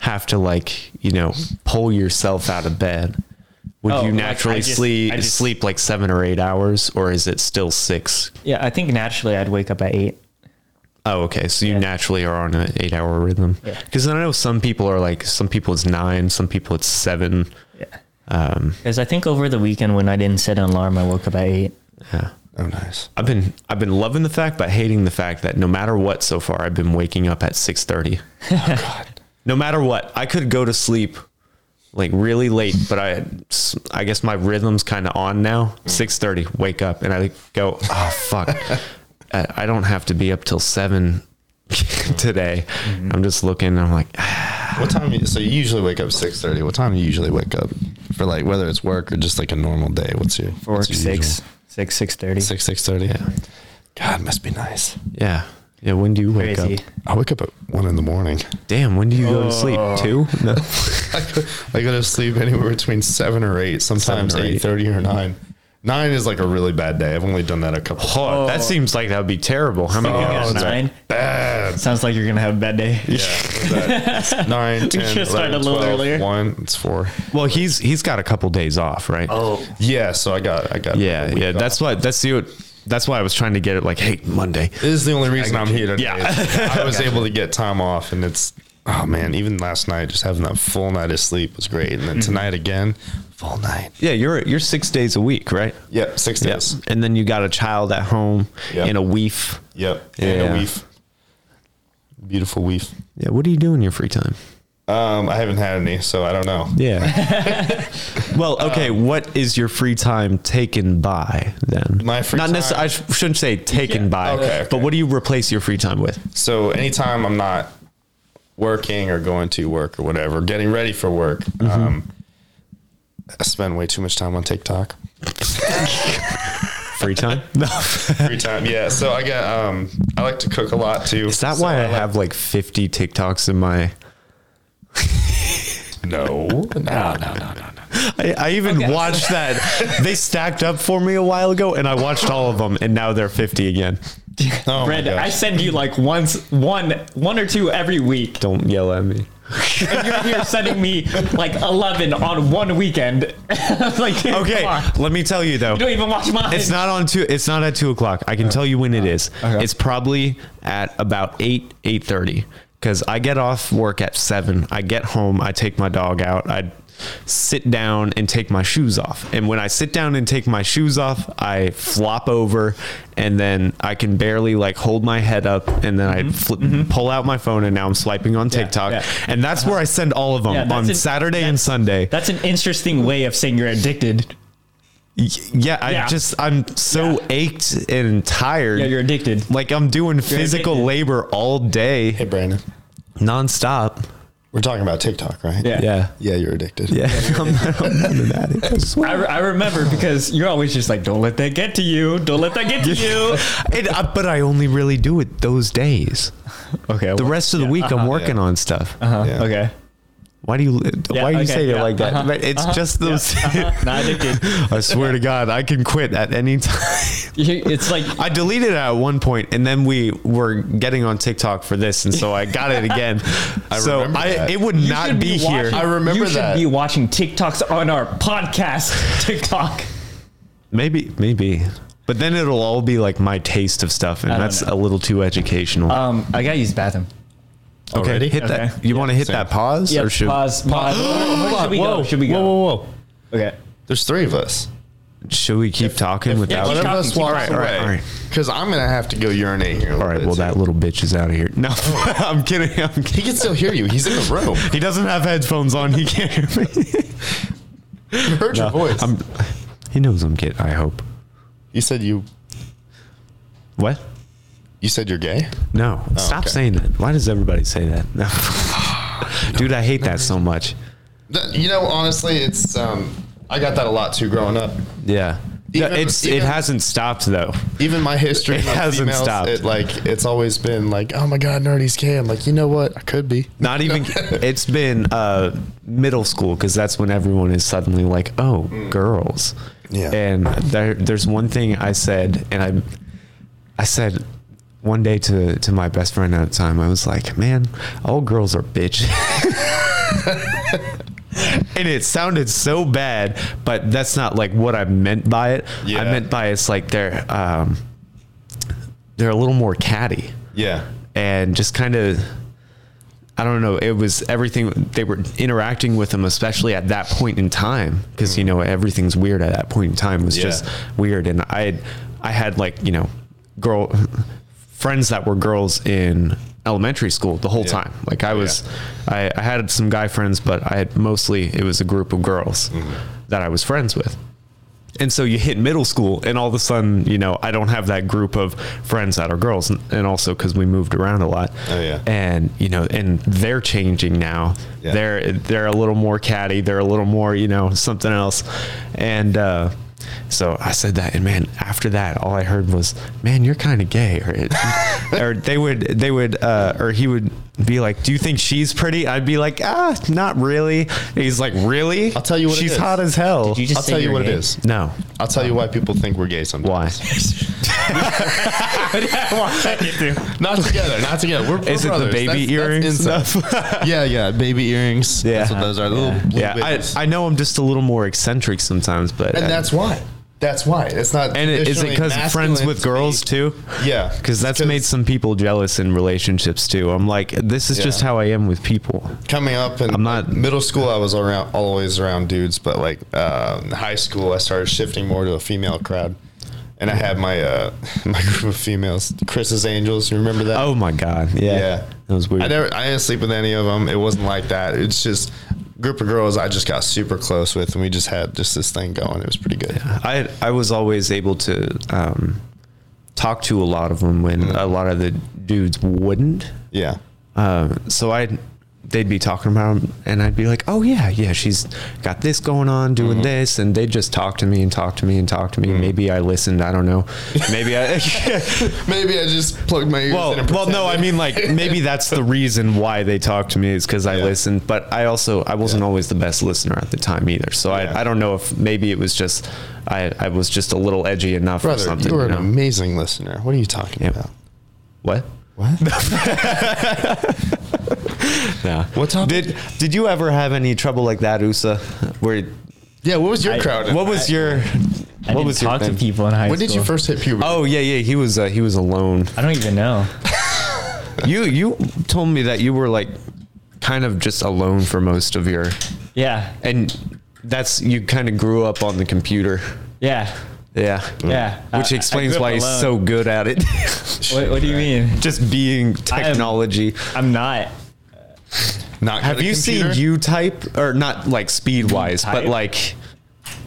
A: have to like you know pull yourself out of bed, would
D: Oh,
A: you
D: like, I
A: naturally
D: just-
A: sleep
D: I just-
A: sleep like seven or eight hours, or is it still six?
D: Yeah, I think naturally I'd wake up at eight.
A: Oh, okay. So you naturally are on an eight hour rhythm.
D: Yeah.
A: Because I know some people are like, some people it's nine, some people it's seven.
D: Yeah.
A: Um,
D: Because I think over the weekend when I didn't set an alarm, I woke up at eight.
A: yeah.
B: Oh, nice.
A: I've been I've been loving the fact but hating the fact that no matter what so far I've been waking up at 6:30. No matter what, I could go to sleep like really late, but I I guess my rhythm's kind of on now. 6:30, wake up and I go, "Oh fuck. I I don't have to be up till 7 today." I'm just looking and I'm like, "Ah,
B: What time? You, so you usually wake up six thirty. What time do you usually wake up for like whether it's work or just like a normal day? What's your
D: For work
B: what's your
D: six,
B: usual?
D: six, six thirty.
B: six six thirty? God, must be nice.
A: Yeah. Yeah. When do you wake
D: Crazy.
A: up?
B: I wake up at one in the morning.
A: Damn. When do you go to sleep? Two? No.
B: I go, I go to sleep anywhere between seven or eight. Sometimes
A: Seven or eight.
B: eight thirty or nine. Nine is like a really bad day. I've only done that a couple.
A: Oh, that seems like that would be terrible. How many?
D: Yeah,
B: Oh, that's
D: nine.
B: bad.
D: Sounds like you're gonna have a bad day.
B: Yeah, it's bad. nine, ten,
D: should've
B: 11,
D: started a little
B: 12,
D: earlier.
B: one. It's four.
A: Well, he's he's got a couple days off, right?
B: Oh, yeah. So I got, I got. a
A: yeah,
B: week
A: yeah.
B: off.
A: That's why. That's the. That's why I was trying to get it like, hey, Monday.
B: This is the only reason I'm here today.
A: Yeah.
B: is I was able to get time off, and it's oh man, even last night, just having that full night of sleep was great,
A: Mm-hmm.
B: and then tonight again, full night.
A: Yeah, you're you're six days a week, right?
B: Yep, six days.
A: Yes. And then you got a child at home
B: Yep.
A: and a weef.
B: Yep,
A: Yeah.
B: and a weef, beautiful weef.
A: Yeah. What do you do in your free time?
B: Um, I haven't had any, so I don't know.
A: Yeah. well, okay. what is your free time taken by then?
B: My free
A: Not
B: time-
A: necessarily. I sh- shouldn't say taken
B: Yeah,
A: by.
B: okay, okay.
A: But what do you replace your free time with?
B: So anytime I'm not working or going to work or whatever, getting ready for work,
A: Mm-hmm.
B: um, I spend way too much time on TikTok.
A: Free time? No.
B: free time. Yeah. So I got um I like to cook a lot too.
A: Is that why I have like 50 TikToks in my. No,
B: No.
A: no, no, no, no. I, I even watched that. They stacked up for me a while ago and I watched all of them and now they're 50 again.
B: Oh
E: Red,
B: my gosh.
E: I send you like once, one, one or two every week.
A: Don't yell at me.
E: And you're here sending me like 11 on one weekend. I was like, dude,
A: Okay,
E: come on.
A: let me tell you though.
E: You don't even watch mine.
A: It's not on two. It's not at two o'clock. I can tell you when it is.
E: Okay.
A: It's probably at about eight eight thirty because I get off work at seven. I get home. I take my dog out. I sit down and take my shoes off. And when I sit down and take my shoes off, I flop over, and then I can barely like hold my head up. And then I flip, pull out my phone, and now I'm swiping on TikTok.
E: Mm-hmm. yeah.
A: And that's where I send all of them
E: Yeah, that's
A: on
E: an-
A: Saturday and
E: that's-
A: Sunday.
E: That's an interesting way of saying you're addicted.
A: Y- Yeah, I
E: Yeah.
A: just I'm so ached and tired.
E: Yeah, you're addicted.
A: Like I'm doing physical
E: addicted.
A: labor all day,
B: Hey Brandon.
A: nonstop.
B: We're talking about TikTok, right?
E: Yeah.
B: Yeah, you're addicted.
A: yeah. I'm not, I'm not an addict. I swear.
E: I, re- I remember because you're always just like, don't let that get to you. Don't let that get to you.
A: And, uh, but I only really do it those days.
E: Okay.
A: The rest of the week, I'm working on stuff.
E: Uh-huh.
B: Yeah.
E: Okay.
A: Why do you
E: Yeah,
A: Why do you
E: okay,
A: say it
E: yeah,
A: like that?
E: uh-huh,
A: But it's
E: uh-huh,
A: just those.
E: yeah, uh-huh, not addicted.
A: I swear to God, I can quit at any time.
E: You- It's like
A: I deleted it at one point, and then we were getting on TikTok for this, and so I got it again. so
B: remember
A: I,
B: that.
A: it would
E: you
A: not
E: should
A: be, here.
E: watching-
B: I remember
E: you should
B: that.
E: be watching TikToks on our podcast TikTok.
A: Maybe, maybe. But then it'll all be like my taste of stuff, and
E: don't
A: that's
E: know.
A: a little too educational.
B: Uh,
E: Um, I gotta use the bathroom.
A: okay, hit that.
E: Okay.
A: You want to hit that pause, or should
E: pause. Pause. Where- where should we go? Should we go?
B: Whoa, whoa, whoa.
E: Okay.
B: There's three of us.
A: should we keep talking without?
E: keep
B: One of
E: talking,
B: us
E: keep
B: walks
E: talking.
A: All right, all
B: away.
A: right.
B: Because I'm gonna have to go urinate here.
A: all right. Well, that little bitch is out of here. No, I'm kidding. I'm
B: he
A: kidding.
B: can still hear you. He's in the room.
A: He doesn't have headphones on. He can't hear me.
B: You heard your voice.
A: I'm, he knows I'm kidding. I hope.
B: you said you.
A: What?
B: You said you're gay.
A: No. Stop
B: Oh, okay.
A: saying that. Why does everybody say that? No. Dude, I hate that so much.
B: Th- You know, honestly, it's um, I got that a lot too growing up.
A: Yeah.
B: Even-
A: it's it
B: even-
A: hasn't stopped though.
B: Even my history
A: It
B: with
A: hasn't
B: females,
A: stopped.
B: It like it's always been like, oh my god, nerdy's gay. I'm like, you know what? I could be.
A: Not even. it's been uh, middle school because that's when everyone is suddenly like, "Oh, girls."
B: Hmm. Yeah.
A: And there, there's one thing I said, and I, I said one day to to my best friend at the time, I was like, "Man, all girls are bitches." and it sounded so bad, but that's not like what I meant by it. I
B: Yeah.
A: meant by it's like they're um, they're a little more catty
B: Yeah.
A: and just kind of I don't know. It was everything they were interacting with him, especially at that point in time, because you know everything's weird at that point in time was
B: Mm-hmm. Yeah.
A: just weird. And I, had, I had like you know, girl friends that were girls in elementary school the whole
B: Yeah.
A: time. Like I was, I, I had some guy friends, but I had mostly it was a group of girls
B: Mm-hmm.
A: that I was friends with. And so you hit middle school, and all of a sudden, you know, I don't have that group of friends that are girls, and- and also because we moved around a lot.
B: Oh, yeah.
A: And you know, and they're changing now.
B: Yeah.
A: They're they're a little more catty. They're a little more, you know, something else. And uh, so I said that, and man, after that, all I heard was, "Man, you're kind of gay," or, or they would they would uh, or he would be like, "Do you think she's pretty?" I'd be like, "Ah, not really." And he's like, "Really?"
B: I'll tell you what it
A: she's
B: is.
A: hot as hell.
E: You just
B: I'll
E: say
B: tell you
E: you're
B: what
E: gay.
B: it is.
A: no.
B: I'll tell you why people think we're gay sometimes.
A: Why?
B: Not together. Not together. We're, we're
A: Is it the
B: brothers.
A: baby earring
B: inside.
A: stuff?
B: yeah, yeah, baby earrings.
A: Yeah.
B: that's what those are. The Little blue
A: Yeah, I,
B: bits.
A: I know I'm just a little more eccentric sometimes, but uh,
B: and that's why. That's why. It's not.
A: and it, is it because
B: traditionally
A: friends
B: masculine
A: with
B: to
A: girls
B: be-
A: too?
B: Yeah,
A: because that's made some people jealous in relationships too. I'm like, this is just
B: Yeah.
A: how I am with people.
B: coming up and
A: I'm not-
B: middle school I was around always around dudes but like um, high school I started shifting more to a female crowd and I had my uh, my group of females Chris's Angels you remember that
A: Oh my god, yeah,
B: yeah
A: that was weird.
B: I never I didn't sleep with any of them it wasn't like that it's just group of girls I just got super close with and we just had just this thing going it was pretty good
A: I I was always able to um, talk to
B: Mm.
A: a lot of them when a lot of the dudes wouldn't.
B: yeah
A: Uh, so I they'd be talking about him, and I'd be like, "Oh yeah, yeah, she's got this going on, doing
B: Mm-hmm.
A: this," and they'd just talk to me and talk to me and talk to me. Maybe I listened. I don't know. Maybe I.
B: Maybe I just plugged my ears in
A: well,
B: and
A: well, no, I
B: pretended.
A: mean like maybe that's the reason why they talk to me is because I
B: Yeah.
A: listened, but I also I wasn't always the best listener at the time either. So
B: Yeah.
A: I, I don't know if maybe it was just I I was just a little edgy enough or
B: brother,
A: something.
B: you were
A: You
B: an
A: know?
B: amazing listener. What are you talking
A: Yeah.
B: about?
A: what?
B: What?
A: Yeah.
B: What topic?
A: Did Did you ever have any trouble like that, Usa? Where
B: yeah, what was your crowd?
A: what was your
D: I
A: what
D: didn't
A: was your
D: talk to
A: thing?
D: people in high
B: when
D: school.
B: did you first hit puberty?
A: Oh yeah, yeah. He was uh, he was alone.
D: I don't even know.
A: you you told me that you were like kind of just alone for most of your
D: Yeah,
A: and that's you kind of grew up on the computer.
D: yeah,
A: Yeah.
D: yeah. I- I
A: Which
D: grew
A: explains
D: up
A: why he's
D: alone.
A: so good at it.
D: What, what do you mean?
A: just being
D: I am-
A: technology.
D: I'm not.
B: Not
A: Oh, Have you seen you type or not like speed wise, but
D: Type?
A: like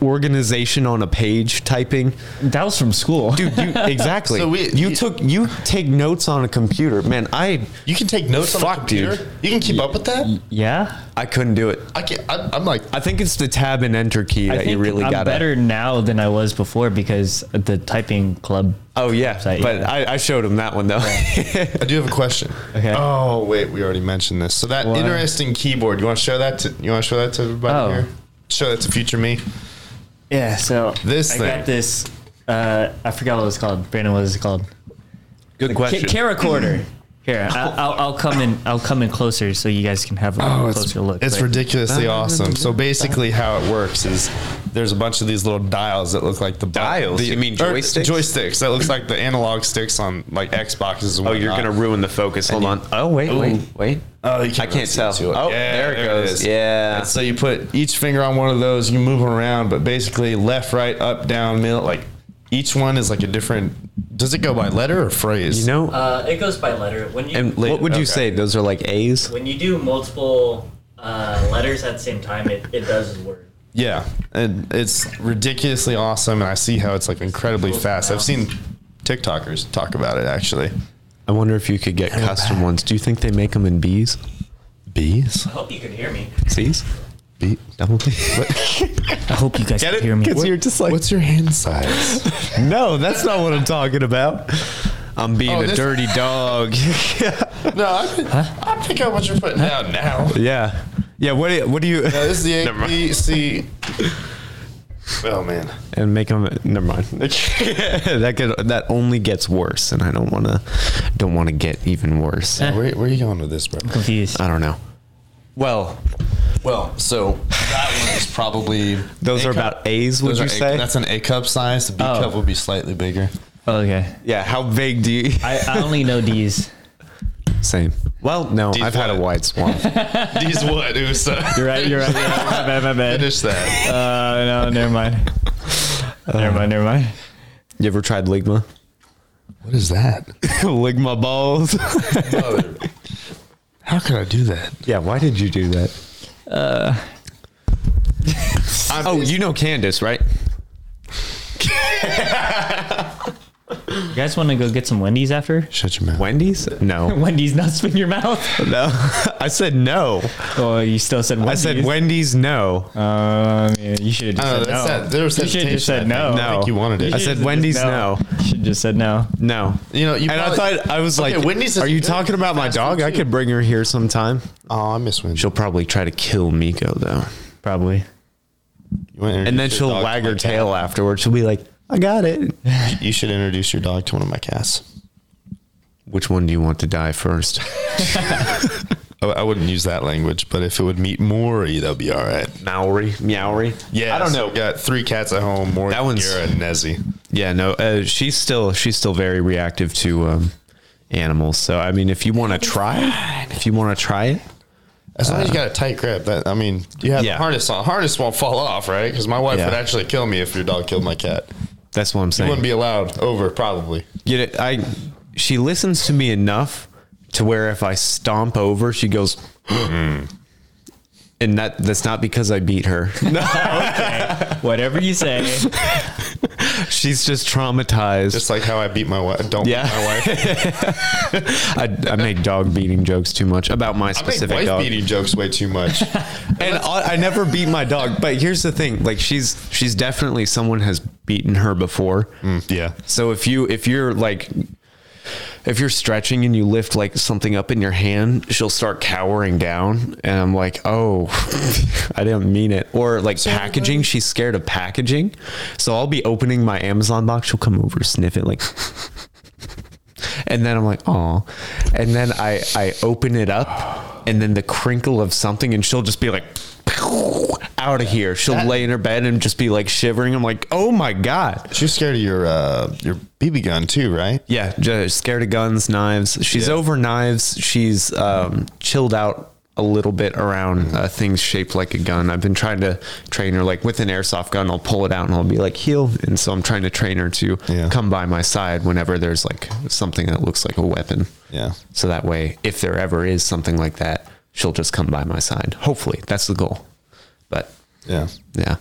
A: organization on a page typing?
D: That was from school.
A: Dude, you exactly.
B: So we-
A: you
B: you-
A: took you take notes on a computer. Man, I
B: You can take notes on a
A: Fuck, dude.
B: computer. You can keep up with that.
D: Yeah.
A: I couldn't do it.
B: I can I'm, I'm like
A: I think it's the tab and enter key
D: I
A: that you really
D: I'm
A: got
D: better now than I was before because the typing club.
A: Oh yeah,
D: website,
A: but
D: yeah.
A: I, I showed him that one though.
B: I do have a question.
D: Okay.
B: Oh wait, we already mentioned this. So that
D: What?
B: interesting keyboard. You want to show that to you want to show that to everybody
D: Oh.
B: here? Show that to future me.
D: Yeah. So
B: This
D: I
B: thing.
D: got this. Uh, I forgot what it was called. Brandon, what is it called?
A: Good
D: Ca- Camcorder. Here, I, I'll, I'll come in. I'll come in closer so you guys can have a
A: Oh,
D: closer look.
B: It's
D: but-
B: ridiculously awesome. So basically, how it works is there's a bunch of these little dials that look like the bu-
A: Dials?
B: The,
A: You mean
B: or
A: joysticks?
B: Joysticks that looks like the analog sticks on like Xboxes. And
A: Oh, you're
B: whatnot.
A: gonna ruin the focus. Hold on. Oh wait, wait, wait.
B: Oh, you
A: I can't
B: see
A: tell.
B: to
A: Oh, there it goes. Yeah.
B: And so you put each finger on one of those. You move them around, but basically left, right, up, down, middle. Like each one is like a different. Does it go by letter or phrase?
A: You know,
D: Uh, it goes by letter. When you
A: and what would you say?
B: okay.
A: Those are like A's.
D: when you do multiple uh, letters at the same time, it, it does work.
B: Yeah, and it's ridiculously awesome, and I see how it's like incredibly fast. I've seen TikTokers talk about it actually.
A: I wonder if you could get custom ones. Do you think they make them in B's?
B: Bees.
D: I hope you can hear me.
A: C's? B double B.
D: I hope you guys
A: Get
D: can
A: it?
D: hear me.
A: Because you're just like,
B: What's your hand size?
A: no, that's not what I'm talking about. I'm being
B: Oh,
A: a
B: this-
A: dirty dog.
B: no, I'm, I'm picking up what you're putting down now.
A: yeah, yeah. What? Do you, what do you?
B: No, this is the
A: Never mind.
B: ABC. Oh man.
A: and make them never mind that could that only gets worse and i don't want to don't want to get even worse i
B: Where, where are you going with this, bro?
D: Confused.
A: don't know well
B: Well, so that one is probably
A: those
B: A
A: are
B: cup-
A: about a's would
B: those
A: you
B: are A-
A: say
B: that's an A cup size? The B
D: Oh.
B: cup would be slightly bigger.
D: Oh, okay.
A: yeah how vague do you
D: I, I only know D's.
A: same well no
B: These
A: i've had a
B: what?
A: wide swamp
B: These what, Usa?
D: You're right. You're right. You're right. My bad. My bad.
B: uh, Finish that.
D: Uh, no, never mind. never mind. Never mind.
A: you ever tried ligma
B: What is that?
A: ligma balls
B: How could I do that?
A: yeah why did you do that uh oh you know candace right
D: You guys want to go get some Wendy's after?
B: Shut your mouth.
A: wendy's no
D: Wendy's nuts in your mouth.
A: no i said no
D: Oh, you still said
A: i
D: Wendy's.
A: said wendy's no
D: Um, yeah, you should have just
B: Oh,
D: said
B: that's
D: no.
B: that- there was
D: you should have just said
B: hesitation, I
D: no.
B: think. No. I think you wanted it.
A: I said Wendy's, no.
D: You should have just said no.
A: No.
B: You know, you
A: and I
B: probably-
A: thought I was
B: Okay,
A: like,
B: Wendy's is
A: "Are you
B: good
A: talking about my
B: fast food
A: dog? I
B: too."
A: could bring her here sometime."
B: Oh, I miss Wendy.
A: She'll probably try to kill Miko though,
D: Probably.
B: You wanna
A: and then
B: introduce your
A: she'll
B: dog to
A: wag
B: my
A: her
B: cat?
A: tail afterwards. She'll be like, "I got it."
B: You should introduce your dog to one of my cats.
A: Which one do you want to die first?
B: Oh, I, I wouldn't use that language, but if it would meet Maury, that'll be all right.
A: Maori, Meowry.
B: Yeah,
A: I don't know.
B: We got three cats at home. Maury,
A: That one's-
B: Kira, and Nezzy.
A: Yeah, no. Uh, she's still she's still very reactive to um, animals. So I mean, if you want to try it, if you want to try it,
B: As long as you got a tight grip, that I mean, you have
A: Uh, Yeah.
B: the harness on. Harness won't fall off, right? Because my wife
A: Yeah.
B: would actually kill me if your dog killed my cat.
A: that's what I'm
B: It
A: saying.
B: wouldn't be allowed over, probably.
A: Get it? I she listens to me enough to where if I stomp over, she goes. "Hmm." And that that's not because I beat her.
D: Whatever you say.
A: She's just traumatized.
B: Just like how I beat my wife. Don't
A: Yeah.
B: beat my wife.
A: I, I make dog beating jokes too much about my
B: I make
A: specific
B: wife
A: dog.
B: beating jokes way too much.
A: and I, I never beat my dog. But here's the thing: like she's she's definitely someone has beaten her before.
B: yeah.
A: So if you if you're like if you're stretching and you lift like something up in your hand, she'll start cowering down, and I'm like, oh, I didn't mean it. Or like packaging, she's scared of packaging, so I'll be opening my Amazon box, she'll come over, sniff it, like. And then I'm like, oh, and then I I open it up, and then the crinkle of something, and she'll just be like, out of here. She'll lay in her bed and just be like shivering. I'm like, oh my god.
B: She's scared of your uh, your BB gun too, right?
A: Yeah, ju- scared of guns, knives. She's over knives. She's um, chilled out a little bit around uh, things shaped like a gun. I've been trying to train her, like with an airsoft gun, I'll pull it out and I'll be like, heal. And so I'm trying to train her to
B: Yeah.
A: come by my side whenever there's like something that looks like a weapon.
B: Yeah.
A: So that way, if there ever is something like that, she'll just come by my side. Hopefully, that's the goal. But
B: Yeah.
A: yeah.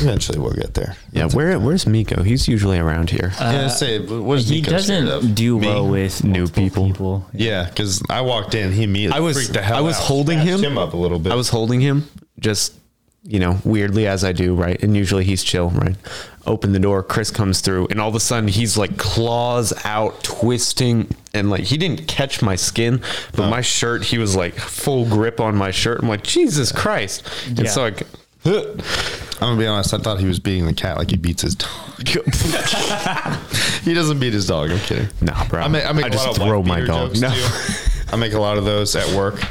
B: Eventually we'll get there.
A: Yeah, where where's Miko? He's usually around here.
B: yeah, say, what is
D: Uh, He
B: Nico scared
D: doesn't
B: of?
D: do
B: Me?
D: well with
A: New
D: multiple
A: people.
B: Yeah, because I walked in, he immediately.
A: I was-
B: freaked the hell
A: I was
B: out,
A: holding
B: snatched
A: him.
B: up a little bit.
A: I was holding him, just you know, weirdly as I do, right? And usually he's chill, right? Open the door, Chris comes through, and all of a sudden he's like claws out, twisting, and like he didn't catch my skin, but my shirt, he was like full grip on my shirt. I'm like, Jesus Christ! And so I.
B: I'm gonna be honest. I thought he was beating the cat like he beats his dog. he doesn't beat his dog. I'm kidding.
A: Nah, bro.
B: I make, I make
A: I
B: a
A: just
B: lot of
A: throw
B: wife
A: my
B: beater
A: dog.
B: jokes,
A: No.
B: too. I make a lot of those at work,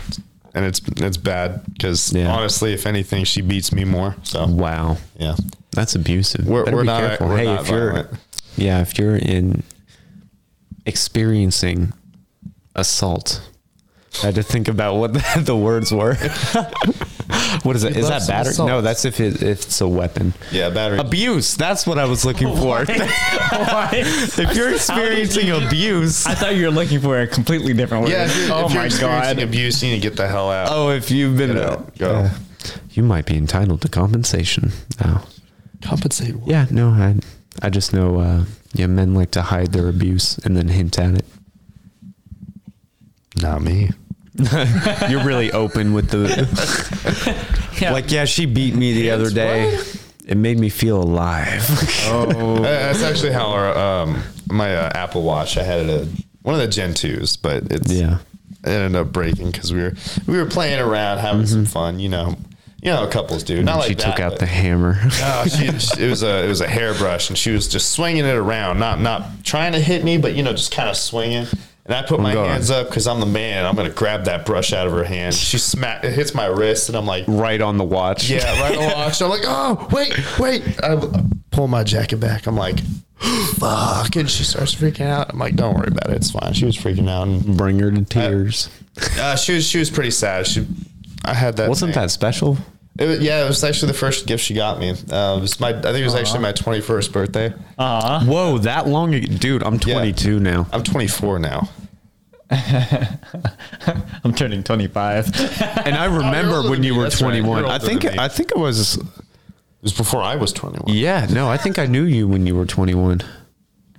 B: and it's it's bad because
A: Yeah.
B: honestly, if anything, she beats me more. So
A: Wow,
B: yeah,
A: that's abusive.
B: we're,
A: Better
B: we're
A: be
B: not.
A: careful.
B: We're
A: hey,
B: not
A: if you're
B: violent.
A: yeah, if you're in experiencing assault, I had to think about what the, the words were. what is it? Is
B: love
A: that
B: some
A: batter?
B: assault.
A: No, that's if, it, if it's a weapon.
B: yeah, battery.
A: Abuse. That's what I was looking for. if you're experiencing abuse,
E: I thought you were looking for a completely different word.
B: yeah, if you're,
E: oh
B: if you're
E: my
B: experiencing
E: god.
B: abuse, you need to get the hell out.
A: oh, if you've been,
B: Get out. Go.
A: you might be entitled to compensation. Now,
B: Compensate.
A: yeah, no, I, I just know, uh, yeah, men like to hide their abuse and then hint at it.
B: Not me.
A: You're really open with the like, yeah, she beat me the other day. It made me feel alive.
B: Uh, that's actually how our um my uh, Apple Watch. I had a one of the Gen twos, but it's
A: Yeah.
B: It ended up breaking because we were we were playing around, having some fun. You know, you know how couples do. Not
A: And
B: like
A: Mm-hmm. she took
B: that,
A: out
B: but-
A: the hammer.
B: No, she, she- it was a it was a hairbrush, and she was just swinging it around, not not trying to hit me, but you know, just kind of swinging. And I put my
A: Oh, God.
B: hands up because I'm the man. I'm gonna grab that brush out of her hand. She smack it hits my wrist, and I'm like,
A: right on the watch.
B: yeah, right on the watch. I'm like, oh, wait, wait. I pull my jacket back. I'm like, fuck. And she starts freaking out. I'm like, don't worry about it. It's fine. She was freaking out. And,
A: Bring her to tears.
B: uh, she was she was pretty sad. She, I had that.
A: Wasn't
B: thing.
A: that special?
B: It was, yeah, it was actually the first gift she got me. Uh, it was my, I think it was actually my 21st birthday.
A: Whoa, that long ago. Dude, I'm 22 now.
B: I'm 24 now.
E: I'm turning 25.
A: And I remember
B: Oh, older
A: when
B: than
A: you
B: me,
A: were
B: that's right.
A: 21.
B: You're
A: I
B: older
A: think
B: than me.
A: I think it was
B: It was before I was 21.
A: Yeah, no, I think I knew you when you were 21.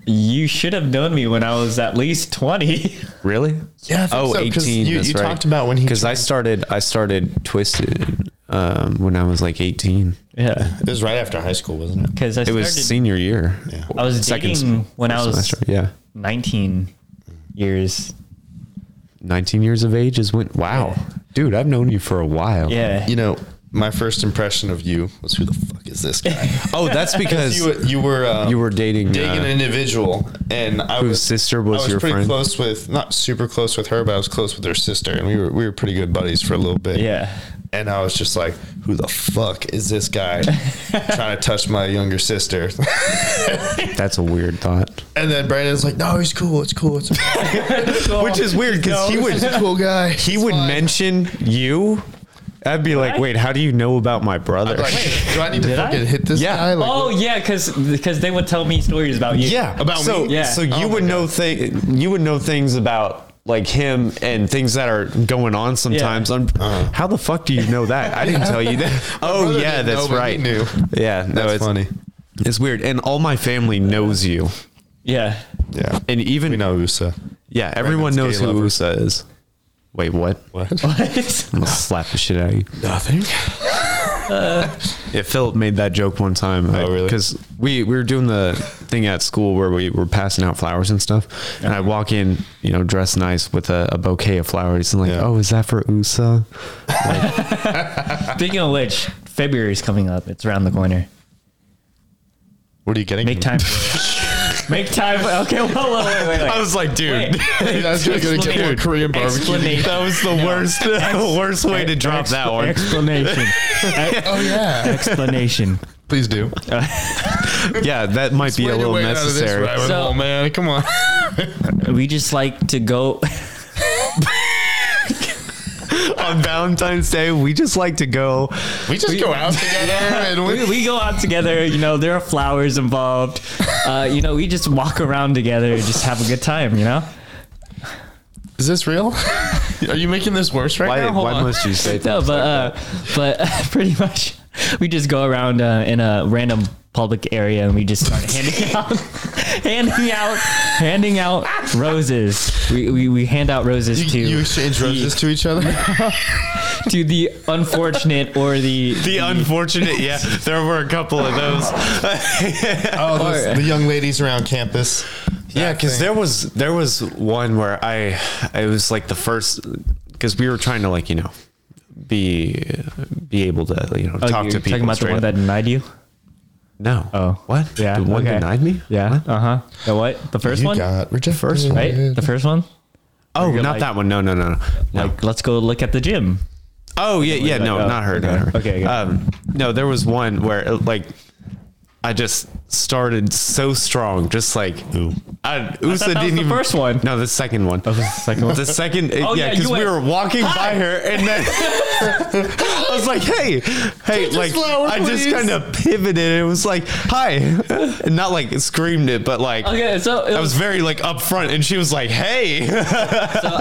E: you should have known me when I was at least 20.
A: Really?
B: Yeah, I think
A: Oh,
B: so, 'cause
A: 18.
B: you-
A: that's
B: you
A: right.
B: talked about when he
A: Cuz I started I started twisted um, when I was like 18.
E: Yeah.
B: It was right after high school, wasn't it?
E: Because I
A: It
E: started,
A: was senior year.
E: I was
A: second
E: dating when I was
A: semester. Yeah.
E: 19 years.
A: 19 years of age is when, wow. Dude, I've known you for a while.
E: Yeah.
B: You know, my first impression of you was who the fuck is this guy?
A: Oh, that's because
B: you, you were uh,
A: you were dating,
B: dating
A: uh,
B: an individual, and I
A: whose
B: was
A: sister was
B: I was
A: your
B: pretty
A: friend?
B: close with not super close with her, but I was close with her sister, and we were we were pretty good buddies for a little bit.
E: Yeah.
B: and I was just like, who the fuck is this guy trying to touch my younger sister?
A: that's a weird thought.
B: and then Brandon's like, no, he's cool, it's cool, it's okay.
A: Which is weird because he
B: he's a cool guy.
A: he would mention you. I'd be like, wait, how do you know about my brother?
B: Like, do I need to
E: Did I?
B: fucking hit this
A: Yeah.
B: guy? Like,
E: Oh, yeah, because they would tell me stories about you.
A: yeah,
B: About
A: so,
B: me?
E: Yeah.
A: So you
B: Oh
A: would
B: my
A: know thing. You would know things about like him and things that are going on sometimes. I'm, How the fuck do you know that? I didn't tell you that. oh
B: Uh-huh. brother
A: yeah,
B: didn't know,
A: that's
B: but he
A: right.
B: knew.
A: Yeah, no,
B: That's
A: it's
B: funny.
A: It's weird, and all my family knows you,
E: Yeah.
B: Yeah.
A: and even
B: we know uh, Usa.
A: yeah, everyone knows
B: Redman's gay
A: who
B: lover.
A: Usa is. Wait, what?
B: What?
E: What?
A: I'm gonna slap the shit out of you.
B: Nothing.
A: Yeah, Philip made that joke one time.
B: Oh, really?
A: Because we, we were doing the thing at school where we were passing out flowers and stuff. And I walk in, you know, dressed nice with a, a bouquet of flowers. And like,
B: Yeah.
A: oh, is that for USA?
D: Speaking of which, February is coming up. It's around the corner.
B: What are you getting?
D: Make time. for it. Make time. for- Okay, well, wait, wait, wait, wait.
A: was like, dude,
B: That's just gonna get more Korean barbecue.
D: Explanation.
A: that was the worst, the worst way to drop that one.
D: Explanation.
B: Oh yeah.
D: Explanation.
B: Please do.
A: Yeah, that might be a little necessary.
D: So- hole,
B: man. Come on.
D: We just like to go.
A: On Valentine's Day, we just like to go.
B: We just go out together and
D: We, we go out together. You know, there are flowers involved. Uh, you know, we just walk around together and just have a good time. You know.
B: Is this real? Are you making this worse right
A: Why,
B: now? Hold
A: why
B: on.
A: must you say that?
D: No, but uh, but pretty much we just go around uh, in a random public area and we just start handing out, handing out, handing out roses. We we, we hand out roses to
B: You, you exchange roses to each other?
D: to the unfortunate or the
A: The unfortunate, yeah, there were a couple of those.
B: Oh, those, the young ladies around campus.
A: yeah
B: That
A: because
B: thing.
A: there was there was one where i it was like the first because we were trying to like you know be be able to you know
D: Oh,
A: talk
D: you're
A: to people
D: Talking about the
A: straight
D: one
A: up.
D: that denied you.
A: no
D: Oh,
A: what
D: Yeah,
A: the one
D: okay.
A: denied me
D: Yeah. Uh huh. The what? The first
B: you
D: one,
B: got rejected. First
A: one.
D: right? The first one.
A: oh
D: You're
A: not
D: like-
A: that one no no no no no
D: Like, let's go look at the gym.
A: Oh yeah, yeah, no,
D: oh,
A: not her,
D: okay,
A: not her.
D: okay, okay.
A: Um, no, there was one where uh, like I just started so strong, just like I, Usa
D: that
A: didn't
D: was the
A: even
D: first one.
A: No, the second one.
D: was the second one?
A: The second,
D: Oh,
A: yeah,
D: yeah,
A: because
D: you
A: we
D: went,
A: were walking by her, and then I was like, "Hey, hey!"
B: Take this
A: Like
B: flower,
A: I just
B: please.
A: kind of pivoted. It was like, "Hi," and not like screamed it, but like
D: Okay, so it
A: I was very like upfront, and she was like, "Hey."
D: so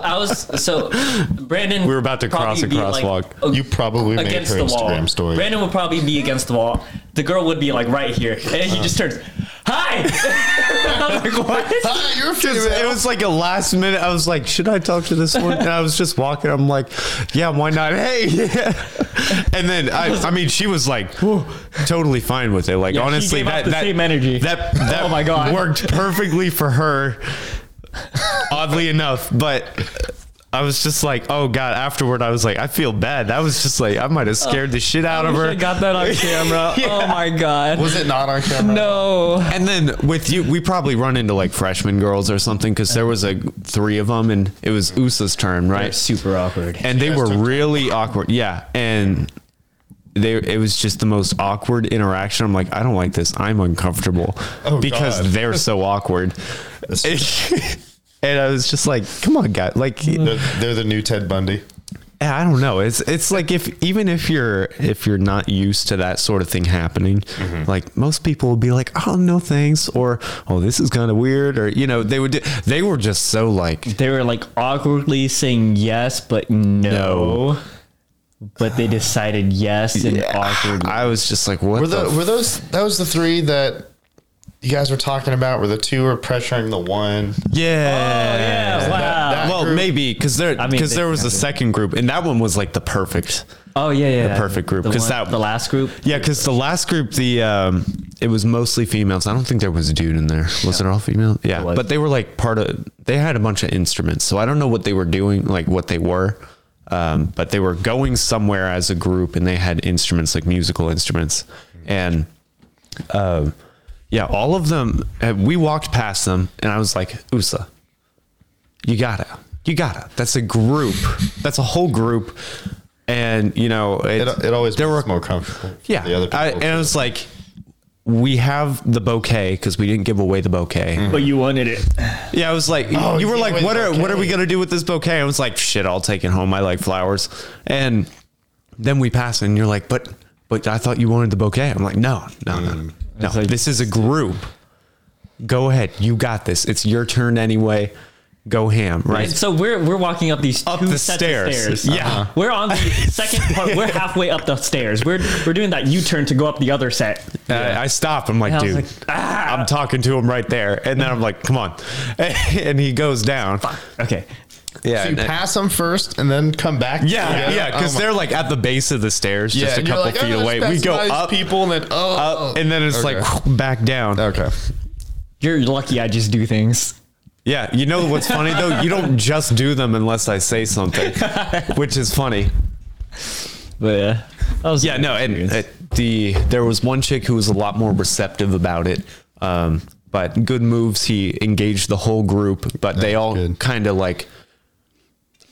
D: I was so Brandon.
A: We were about to cross
D: probably
A: a
D: be, like,
A: crosswalk.
D: a-
B: You probably made
D: against
B: her
D: the wall.
B: Instagram story.
D: Brandon would probably be against the wall. The girl would be like right here, and then he just turns, "Hi!" I was like, "What?"
B: Ah, you're a
A: Because
B: female.
A: it was like a last minute. I was like, should I talk to this one? And I was just walking. I'm like, yeah, why not? Hey, yeah. And then I, I mean, she was like, whew, totally fine with it. Like
D: she
A: honestly,
D: gave off
A: that
D: the
A: that
D: same energy.
A: That, that
D: Oh my God.
A: worked perfectly for her. Oddly enough, but. I was just like, oh god. Afterward, I was like, I feel bad. That was just like, I might have scared the shit out of her.
D: I got that on camera. Oh my god!
B: Was it not on camera?
D: No.
A: And then with you, we probably run into like freshman girls or something because there was like three of them, and it was Usa's turn, right?
D: Super awkward.
A: and they
B: guys
A: were
B: took-
A: really awkward. Yeah, and they it was just the most awkward interaction. I'm like, I don't like this. I'm uncomfortable
B: Oh,
A: because
B: God.
A: they're so awkward. and I was just like, come on, guy. Like,
B: They're, they're the new Ted Bundy.
A: I don't know. It's it's like if even if you're if you're not used to that sort of thing happening, like most people will be like, "Oh no, thanks," or "Oh, this is kind of weird," or you know, they would do, they were just so like
D: They were like awkwardly saying yes, but no. But they decided yes and awkward.
A: I was just like, "What?"
B: Were
A: the
B: the,
A: f-
B: were those that was the three that you guys were talking about? Where the two were pressuring the one?
A: yeah.
D: oh, Yeah, wow.
B: that
A: well,
B: group-
A: maybe because there because
D: mean, they
A: there was a second group, and that one was like the perfect.
D: oh yeah, yeah. The
A: perfect group, 'cause
D: one-
A: that-
D: the last group.
A: Yeah, because the last group, the um, it was mostly females. I don't think there was a dude in there. Was it all female? Yeah,
D: was.
A: but they were like part of. They had a bunch of instruments, so I don't know what they were doing, like what they were, um, but they were going somewhere as a group, and they had instruments like musical instruments, and um, yeah, all of them. uh, We walked past them, and I was like, Usa, you gotta, you gotta. That's a group. That's a whole group. And you know,
B: It, it always
A: there were
B: makes more comfortable. for
A: yeah.
B: the other people.
A: I, and it was like, we have the bouquet because we didn't give away the bouquet.
E: But you wanted it.
A: Yeah, I was like,
B: Mm-hmm. Oh,
A: you were
B: you
A: like,
B: gave
A: what
B: away the
A: are what are
B: bouquet.
A: we gonna do with this bouquet? I was like, shit, I'll take it home. I like flowers. And then we pass, and you're like, but but I thought you wanted the bouquet. I'm like, no, no, no,
B: Mm.
A: no. no.
D: like-
A: this is a group. Go ahead, you got this. It's your turn anyway. go ham, right?
E: So we're we're walking up these
A: Up
E: two
A: the
E: sets
A: stairs.
E: of stairs.
A: Yeah. Uh-huh.
E: we're on the second part. We're halfway up the stairs. We're we're doing that U turn to go up the other set.
A: I, I stop. I'm like,
E: I was
A: dude,
E: like, "Ah."
A: I'm talking to him right there, and then I'm like, come on, and he goes down.
E: Uh, Okay,
A: Yeah,
B: So you
A: and-
B: pass them first and then come back. Oh
A: yeah, yeah, because
B: Um,
A: they're like at the base of the stairs, just a couple feet away. We go up,
B: people, and then oh,
A: up, and then it's like back down.
B: okay.
E: you're lucky. I just do things.
A: Yeah, you know what's funny though? You don't just do them unless I say something, which is funny.
E: But yeah, that was
A: Yeah, no, and uh, the there was one chick who was a lot more receptive about it. Um, but good moves. He engaged the whole group, but they all
B: good.
A: kind of like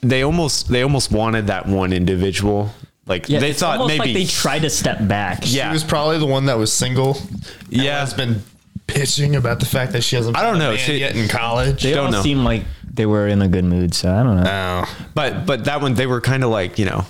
A: they almost they almost wanted that one individual. Like
E: Yeah,
A: they
E: it's
A: thought
E: almost
A: maybe
E: like they tried to step back.
A: yeah
B: She was probably the one that was single.
A: yeah
B: has been pitching about the fact that she hasn't.
A: I don't
B: found a
A: know,
B: man
A: she-
B: yet in college.
D: They
A: Don't
D: all
A: know. Uh,
D: seem like they were in a good mood, so I don't know.
B: oh,
A: But but that one they were kind of like you know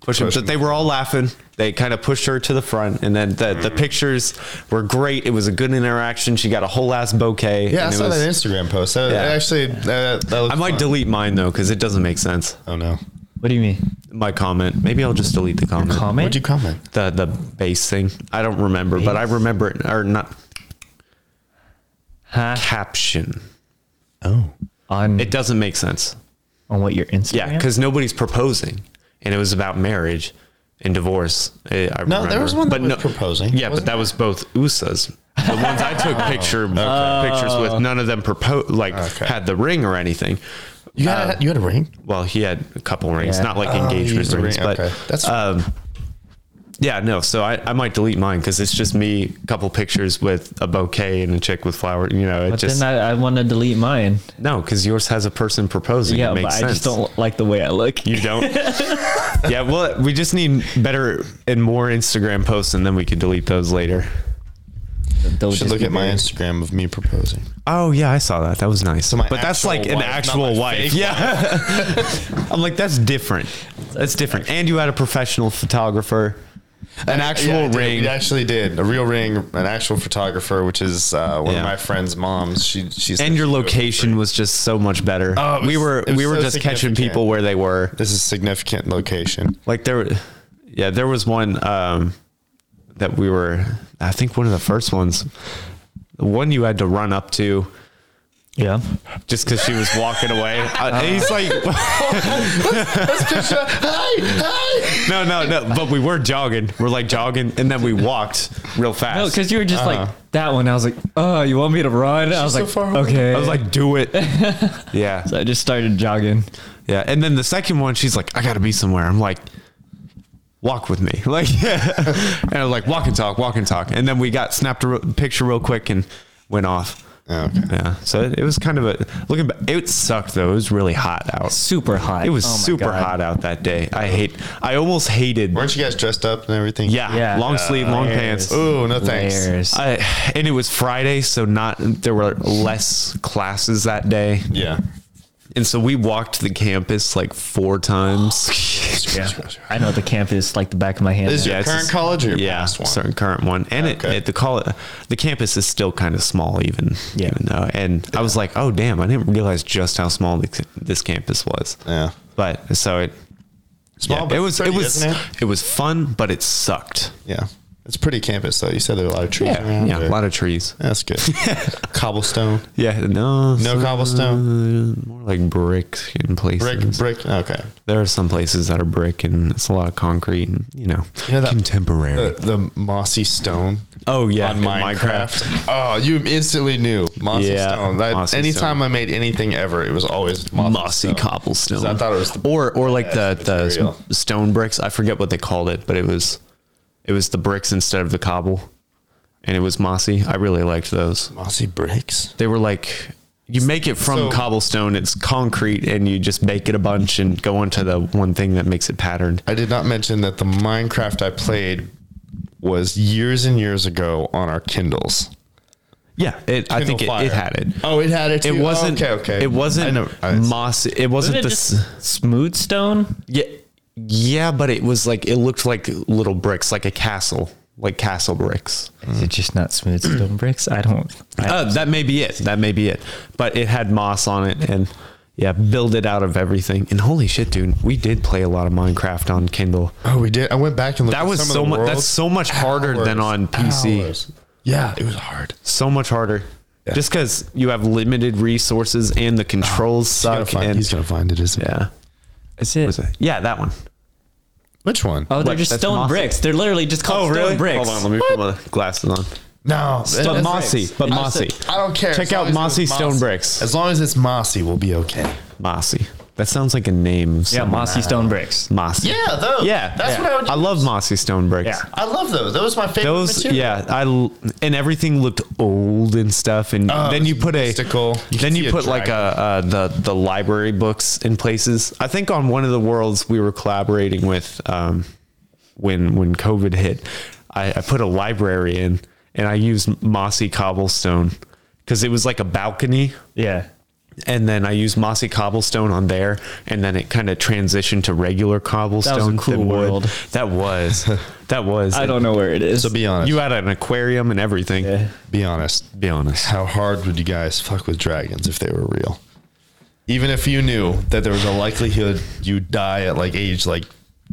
A: pushing.
B: Pushing.
A: But they were all laughing. They kind of pushed her to the front, and then the,
B: Mm-hmm.
A: the pictures were great. It was a good interaction. She got a whole ass bouquet.
B: yeah, I
A: and it
B: saw
A: was-
B: that Instagram post. That,
A: Yeah.
B: Actually, uh, that, that was
A: I might
B: fun.
A: delete mine though because it doesn't make sense.
B: Oh no!
D: What do you mean?
A: My comment. Maybe I'll just delete the comment.
B: What'd you comment?
A: The the base thing. I don't remember, but I remember it or not
D: Huh?
A: caption.
B: Oh,
D: On
A: It doesn't make sense.
D: on what your Instagram?
A: Yeah, because nobody's proposing, and it was about marriage and divorce. eh, I
B: No, there
A: remember.
B: was one that was proposing,
A: Yeah, but
B: wasn't Oh.
A: that was both USAs. The ones I took picture pictures
D: Oh.
A: with, none of them proposed like
B: Okay.
A: had the ring or anything.
B: you
A: Uh,
B: had you had a ring.
A: Well, he had a couple rings,
D: Yeah.
A: not like
B: you
A: engagement
B: used a
A: rings,
B: ring,
A: but
B: okay. That's-
A: um, yeah, no. So I, I might delete mine because it's just me, a couple pictures with a bouquet and a chick with flower. You know, it
D: But
A: just
D: then I, I want to delete mine.
A: no, because yours has a person proposing.
D: Yeah,
A: it
D: but
A: makes
D: I
A: sense.
D: just don't like the way I look.
A: You don't? yeah, well, we just need better and more Instagram posts, and then we can delete those later.
D: They'll
B: Should
D: just
B: look
D: be
B: at my
D: very-
B: Instagram of me proposing.
A: Oh, yeah, I saw that. That was nice.
B: my
A: but that's
B: actual
A: like an
B: wife, not
A: actual
B: my
A: wife.
B: fake
A: Yeah. I'm like, that's different. That's different. And you had a professional photographer, an actual
B: Yeah, I did.
A: ring.
B: We actually did a real ring, an actual photographer, which is uh, one
A: Yeah.
B: of my friend's moms. She she's
A: And your location was just so much better.
B: Oh, it
A: we
B: was-
A: were
B: it was
A: we were
B: so
A: just catching
B: significant.
A: people where they were.
B: This is significant location.
A: like there yeah there was one um that we were i think one of the first ones the one you had to run up to
D: Yeah.
A: just because she was walking away Uh, and he's like no no no but we were jogging we're like jogging and then we walked real fast
D: Oh,
E: No, because you were just
A: Uh-huh.
E: like that one. I was like, oh, you want me to run? I was
B: so
E: like,
B: far away.
E: okay.
A: i was like do it yeah
D: So I just started jogging.
A: yeah and then the second one she's like i gotta be somewhere i'm like walk with me like and i was like walk and talk walk and talk and then we got snapped a re- picture real quick and went off
B: Oh, okay.
A: Yeah. So it, it was kind of a looking back. It sucked though. It was really hot out.
D: Super hot.
A: It was
D: Oh my
A: super
D: God.
A: hot out that day. I hate. I almost hated.
B: Weren't you guys dressed up and everything?
A: Yeah.
D: Yeah.
A: Long sleeve, long
D: Layers.
A: pants.
B: Ooh, no thanks.
D: Layers.
A: I, and it was Friday, so not there were less classes that day,
B: Yeah.
A: and so we walked the campus like four times.
D: I know the campus like the back of my hand.
B: Is
D: now.
B: your
A: it's
B: current
A: just-
B: college or your
A: yeah,
B: past one?
A: certain current one, and it,
B: Okay.
A: it, the call the campus is still kind of small, even
D: Yeah.
A: even though. And I was like, oh damn, I didn't realize just how small the, this campus was.
B: Yeah.
A: but so it
B: Small,
A: yeah,
B: but
A: it was
B: pretty,
A: it was
B: isn't
A: it?
B: it?
A: was fun but it sucked
B: Yeah. It's a pretty campus though. You said there were a lot of trees
A: yeah,
B: around.
A: yeah
B: or-
A: a lot of trees
B: That's good. Cobblestone.
A: yeah no
B: No
A: some-
B: cobblestone?
A: more like brick in places
B: Brick, brick. Okay.
A: there are some places that are brick and it's a lot of concrete and you know, contemporary
B: The, the mossy stone.
A: oh yeah
B: on
A: in
B: Minecraft. Oh, you instantly knew mossy
A: Yeah,
B: stone. That,
A: mossy
B: anytime
A: stone.
B: I made anything ever, it was always mossy,
A: mossy
B: stone.
A: cobblestone
B: 'Cause I thought it was the
A: or or like the
B: best
A: the
B: material.
A: s- stone bricks i forget what they called it but it was it was the bricks instead of the cobble and it was mossy i really liked those
B: mossy bricks.
A: they were like you make it from
B: So-
A: cobblestone it's concrete and you just bake it a bunch and go into the one thing that makes it patterned
B: I did not mention that the Minecraft I played was years and years ago on our Kindles.
A: yeah it, i
B: Kindle
A: think it,
B: Fire.
A: it had it
B: Oh, it had it.
A: it
B: too? Oh,
A: wasn't
B: okay. Okay.
A: it
B: I
A: wasn't
B: know- I-
A: moss it wasn't
D: Isn't it
A: this
D: just smooth stone?
A: yeah yeah but it was like it looked like little bricks like a castle like castle bricks
D: Is it just not smooth
A: Oh,
D: stone bricks? I don't. I,
A: uh, that may be it that may be it but it had moss on it and yeah, build it out of everything. And holy shit, dude, we did play a lot of Minecraft on Kindle.
B: Oh, we did. I went back and looked.
A: That
B: at
A: was
B: some
A: so
B: of the
A: much. That's
B: worlds.
A: so much harder than on PC.
B: Hours. Yeah, it was hard.
A: So much harder. Just because you have limited resources and the controls
B: Gotta
A: suck.
B: find-
A: and
B: he's gonna find it, isn't he?
A: yeah,
D: Is it?
A: Was it- yeah, that one.
B: Which one?
E: Oh, they're
A: What,
E: just
A: that's
E: stone
A: Mossy?
E: bricks. They're literally just called stone bricks.
A: Oh, Hold on, let me put my glasses on.
B: no,
A: But
B: that's-
A: mossy, but mossy,
B: I don't care.
A: Check
B: as long
A: out
B: as it's
A: Mossy Stone Bricks.
B: As long as it's mossy, we'll be okay.
A: mossy. That sounds like a name.
E: Yeah, mossy stone bricks.
A: mossy.
B: Yeah, those.
A: yeah.
B: that's what I would.
A: I love mossy stone bricks.
E: Yeah.
B: I love those. That was my favorite.
A: Those,
B: material.
A: yeah, I l- and everything looked old and stuff, and
B: Oh,
A: then you put a
B: mystical. You
A: then
B: could see
A: you
B: a
A: put like a uh, the the library books in places. I think on one of the worlds we were collaborating with, um, when when COVID hit, I, I put a library in, and I used mossy cobblestone because it was like a balcony
D: Yeah.
A: and then I used mossy cobblestone on there, and then it kind of transitioned to regular cobblestone.
D: cool
A: than wood.
D: world.
A: That was, that was.
D: I don't know where it is.
B: So be honest.
A: You had an aquarium and everything.
B: be honest.
A: Be honest.
B: How hard would you guys fuck with dragons if they were real? Even if you knew that there was a likelihood you'd die at like age like